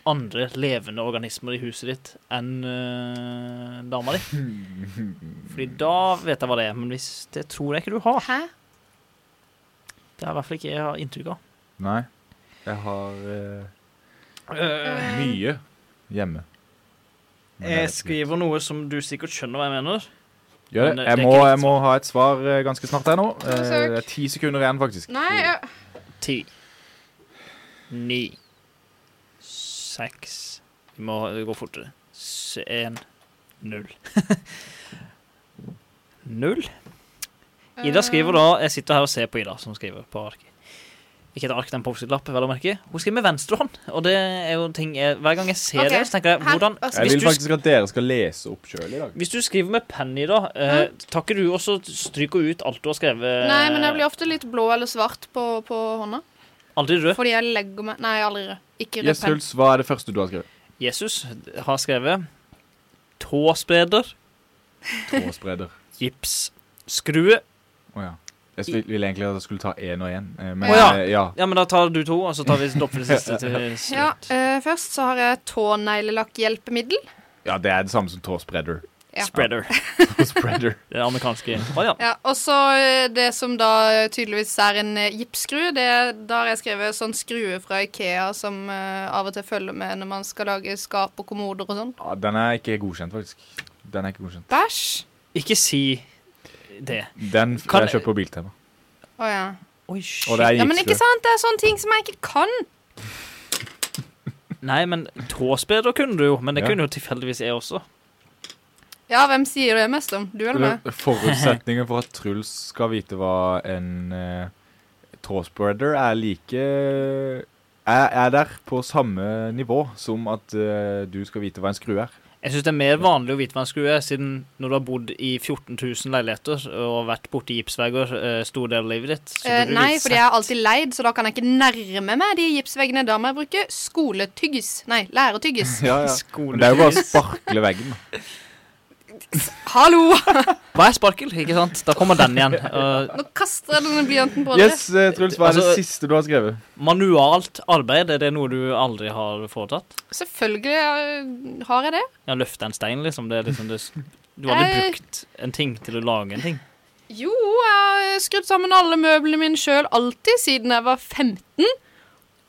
Speaker 3: andre levende organismer i huset ditt enn øh, dama di. Fordi da vet jeg hva det er, men hvis, det tror jeg ikke du har.
Speaker 2: Hæ?
Speaker 3: Det er i hvert fall ikke jeg har inntrykk av.
Speaker 1: Nei. Jeg har eh,
Speaker 2: Eh,
Speaker 1: mye hjemme. Men det er
Speaker 3: Eh, Jeg
Speaker 1: litt
Speaker 3: skriver noe som du sikkert skjønner hva jeg mener.
Speaker 1: mye. Gjør
Speaker 3: men
Speaker 1: det.
Speaker 3: det er
Speaker 1: Jeg
Speaker 3: ikke
Speaker 1: må,
Speaker 3: likt
Speaker 1: jeg må ha et svar eh, ganske snart her nå. Eh,
Speaker 2: søk.
Speaker 1: Det er ti sekunder igjen, faktisk.
Speaker 2: Nei, jeg-
Speaker 3: Ti. Ni. Seks. Vi må gå fortere. S- En. Null. Null? Ida skriver da Jeg sitter her og ser på Ida, som skriver på arket. Ikke et ark, det er en Post-It-lapp, vel å merke. Hun skriver med venstre hånd, og det er jo en ting jeg, Hver gang jeg ser
Speaker 2: Ok.
Speaker 3: det, så tenker jeg
Speaker 2: Her,
Speaker 3: hvordan
Speaker 2: vær så
Speaker 1: Jeg
Speaker 3: hvis
Speaker 1: vil
Speaker 3: du,
Speaker 1: faktisk at dere skal lese opp sjøl i dag.
Speaker 3: hvis du skriver med penn, Ida, eh, tar ikke du også stryker ut alt du har skrevet?
Speaker 2: Nei, men jeg blir ofte litt blå eller svart på, på hånda.
Speaker 3: eh, Aldri rød.
Speaker 2: Fordi jeg legger meg Nei, aldri rød. Ikke rød
Speaker 1: Yes,
Speaker 2: penn.
Speaker 1: Truls, hva er det første du har skrevet?
Speaker 3: Jesus har skrevet tåspreder,
Speaker 1: Trådspreder.
Speaker 3: gips, skrue.
Speaker 1: Å ja. Jeg skulle- ville egentlig at jeg skulle ta én og én, eh, men
Speaker 3: Å ja.
Speaker 1: eh, ja.
Speaker 3: Ja, men da tar du to, og så tar vi dobbelt det siste til slutt.
Speaker 2: Ja, eh, først så har jeg tåneglelakkhjelpemiddel.
Speaker 1: ja, det er det samme som tåspreder.
Speaker 2: ja.
Speaker 3: Spreader.
Speaker 1: Spreader.
Speaker 3: Den amerikanske Å ja.
Speaker 2: Ja, og så eh, det som da tydeligvis er en eh, gipsskru, det er- da har jeg skrevet sånn skrue fra Ikea som eh, av og til følger med når man skal lage skap og kommoder og sånn.
Speaker 1: Ja, den er ikke godkjent, faktisk. Den er ikke godkjent.
Speaker 2: Bæsj.
Speaker 3: Ikke si det.
Speaker 1: Den f-
Speaker 3: Kan-
Speaker 1: jeg kjøpt på Biltema.
Speaker 2: Å ja.
Speaker 3: Oi,
Speaker 1: Og
Speaker 3: shit.
Speaker 1: det er
Speaker 2: ja. Men ikke
Speaker 1: gipsrød.
Speaker 2: sant, det er sånne ting som jeg ikke kan.
Speaker 3: Nei, men tåspreder kunne du jo, men det
Speaker 1: Ja.
Speaker 3: kunne jo tilfeldigvis jeg også.
Speaker 2: Ja, hvem sier det mest om? Du eller meg?
Speaker 1: Eller, Forutsetningen for at Truls skal vite hva en eh, tåspreader er like Jeg er der på samme nivå som at eh, du skal vite hva en skrue er.
Speaker 3: Jeg syns det er mer vanlig å vite hva en skrue er, siden når du har bodd i 14 000 leiligheter og vært borti gipsvegger eh, stor del av livet ditt så
Speaker 2: Eh,
Speaker 3: burde du
Speaker 2: nei,
Speaker 3: vite-
Speaker 2: fordi jeg er alltid leid, så da kan jeg ikke nærme meg de gipsveggene. Da må jeg bruke skoletyggis. Nei, lærertyggis.
Speaker 1: Ja, ja. Men det er jo bare å sparkle veggen.
Speaker 2: Hallo!
Speaker 3: Hva er sparkel? Ikke sant? Da kommer den igjen. Og
Speaker 2: Nå kaster jeg denne blyanten på dere.
Speaker 1: Yes, eh, Truls, hva er det
Speaker 3: Altså-
Speaker 1: siste du har skrevet?
Speaker 3: manualt arbeid, er det noe du aldri har foretatt?
Speaker 2: Selvfølgelig eh, har jeg det.
Speaker 3: Ja, løfte en stein, liksom. Det er liksom det s- Du har aldri
Speaker 2: Eh.
Speaker 3: brukt en ting til å lage en ting.
Speaker 2: Jo, jeg har skrudd sammen alle møblene mine sjøl alltid siden jeg var 15.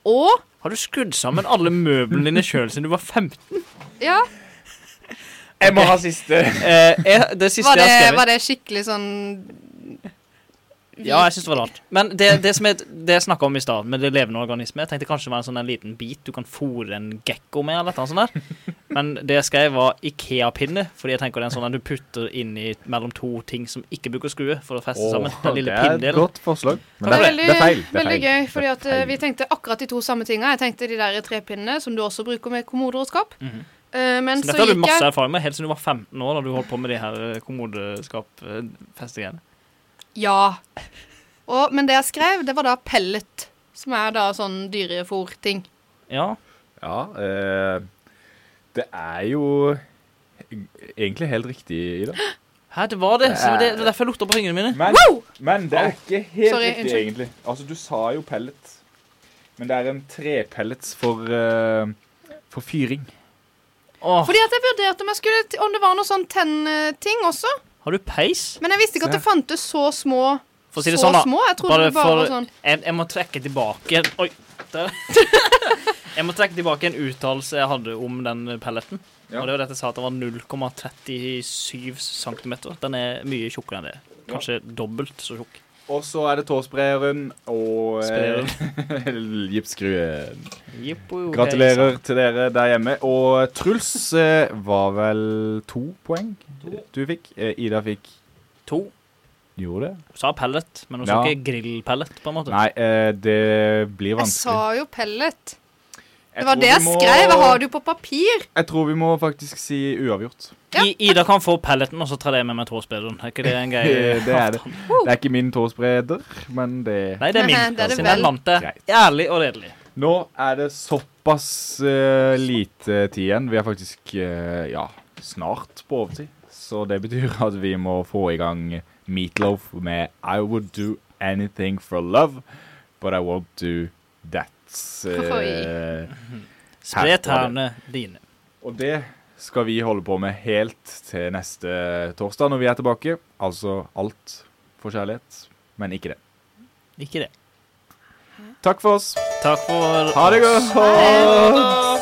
Speaker 2: Og
Speaker 3: Har du skrudd sammen alle møblene dine sjøl siden du var 15?
Speaker 2: ja,
Speaker 1: Jeg må ha siste.
Speaker 3: Eh, jeg, det siste
Speaker 2: var det,
Speaker 3: jeg har skrevet
Speaker 2: var det skikkelig sånn
Speaker 3: Ja, jeg syns det var rart. Men det, det som jeg, det jeg snakka om i stad, med det levende organisme, jeg tenkte kanskje det var en sånn en liten bit du kan fôre en gekko med, eller noe sånt der. Men det jeg skrev, var Ikea-pinne, fordi jeg tenker det er en sånn en du putter inn i mellom to ting som ikke bruker skrue, for å feste sammen. Den lille
Speaker 1: det er et
Speaker 3: pinndelen.
Speaker 1: godt forslag. Men
Speaker 2: Det
Speaker 1: det er,
Speaker 2: er veldig,
Speaker 1: det er feil. Det er
Speaker 2: veldig
Speaker 1: feil.
Speaker 2: gøy, fordi at eh, vi tenkte akkurat de to samme tinga. Jeg tenkte de der trepinnene som du også bruker med kommoder og skap.
Speaker 3: Mhm.
Speaker 2: Eh, men
Speaker 3: Så
Speaker 2: så,
Speaker 3: dette har du
Speaker 2: gikk
Speaker 3: masse
Speaker 2: jeg
Speaker 3: erfaring med helt siden du var 15 år, da du holdt på med de her eh, kommodeskap-festegreiene.
Speaker 2: Ja. Og, men det jeg skrev, det var da pellet. Som er da sånn dyrefòrting.
Speaker 3: Ja.
Speaker 1: Ja, eh, det er jo egentlig helt riktig, Ida.
Speaker 3: Hæ, det var det. Så det, det er derfor jeg lukta på fingrene mine.
Speaker 1: Men, men det er ikke helt
Speaker 2: Sorry,
Speaker 1: riktig,
Speaker 2: unnskyld.
Speaker 1: egentlig. Altså, du sa jo pellet. Men det er en trepellets for, eh, for fyring.
Speaker 3: Åh,
Speaker 2: Fordi at jeg vurderte om jeg skulle t- Om det var noe sånn tennting også.
Speaker 3: har du peis?
Speaker 2: Men jeg visste ikke at
Speaker 1: Se.
Speaker 2: det fantes så små.
Speaker 3: For å si det
Speaker 2: så
Speaker 3: sånn, da.
Speaker 2: små. Jeg trodde
Speaker 3: Bare
Speaker 2: det bare
Speaker 3: for
Speaker 2: var sånn.
Speaker 3: jeg, jeg må trekke tilbake Oi. Der. jeg må trekke tilbake en uttalelse jeg hadde om den pelleten.
Speaker 1: Ja.
Speaker 3: Og det var dette jeg sa at den var 0,37 cm. Den er mye tjukkere enn det. Kanskje dobbelt så tjukk.
Speaker 1: Og så er det tåsprayeren og eh, gipsskruen.
Speaker 3: Jippo, ok.
Speaker 1: Gratulerer til dere der hjemme. Og Truls eh, var vel to poeng du fikk. Eh, Ida fikk
Speaker 3: To.
Speaker 1: Gjorde det?
Speaker 3: Hun sa pellet, men hun sa
Speaker 1: Ja.
Speaker 3: ikke grillpellet, på en måte.
Speaker 1: Nei, eh, det blir
Speaker 2: Jeg
Speaker 1: vanskelig.
Speaker 2: sa jo pellet.
Speaker 1: Jeg
Speaker 2: Det var
Speaker 1: tror
Speaker 2: det
Speaker 1: vi
Speaker 2: jeg
Speaker 1: må-
Speaker 2: skrev. Jeg har det jo på papir.
Speaker 1: Jeg tror vi må faktisk si uavgjort.
Speaker 2: Ja.
Speaker 3: I, Ida kan få pelleten, og så tar jeg med meg trådspederen. Er ikke det en
Speaker 1: Det
Speaker 3: greie?
Speaker 1: er det. Det er ikke min tåspreder, men det
Speaker 3: Nei, det er min.
Speaker 2: Det er det
Speaker 3: Siden jeg
Speaker 2: vel.
Speaker 3: vant det.
Speaker 1: Greit.
Speaker 3: Ærlig og redelig.
Speaker 1: Nå er det såpass eh, lite tid igjen. Vi er faktisk eh, ja, snart på overtid. Så det betyr at vi må få i gang Meatloaf med I would do anything for love, but I won't do that. Eh, Her
Speaker 3: Spre
Speaker 1: var
Speaker 3: tærne dine.
Speaker 1: og det skal vi holde på med helt til neste torsdag når vi er tilbake. Altså alt for kjærlighet, men ikke det.
Speaker 3: Ikke det.
Speaker 1: Takk for oss.
Speaker 3: Takk for
Speaker 1: Ha det godt.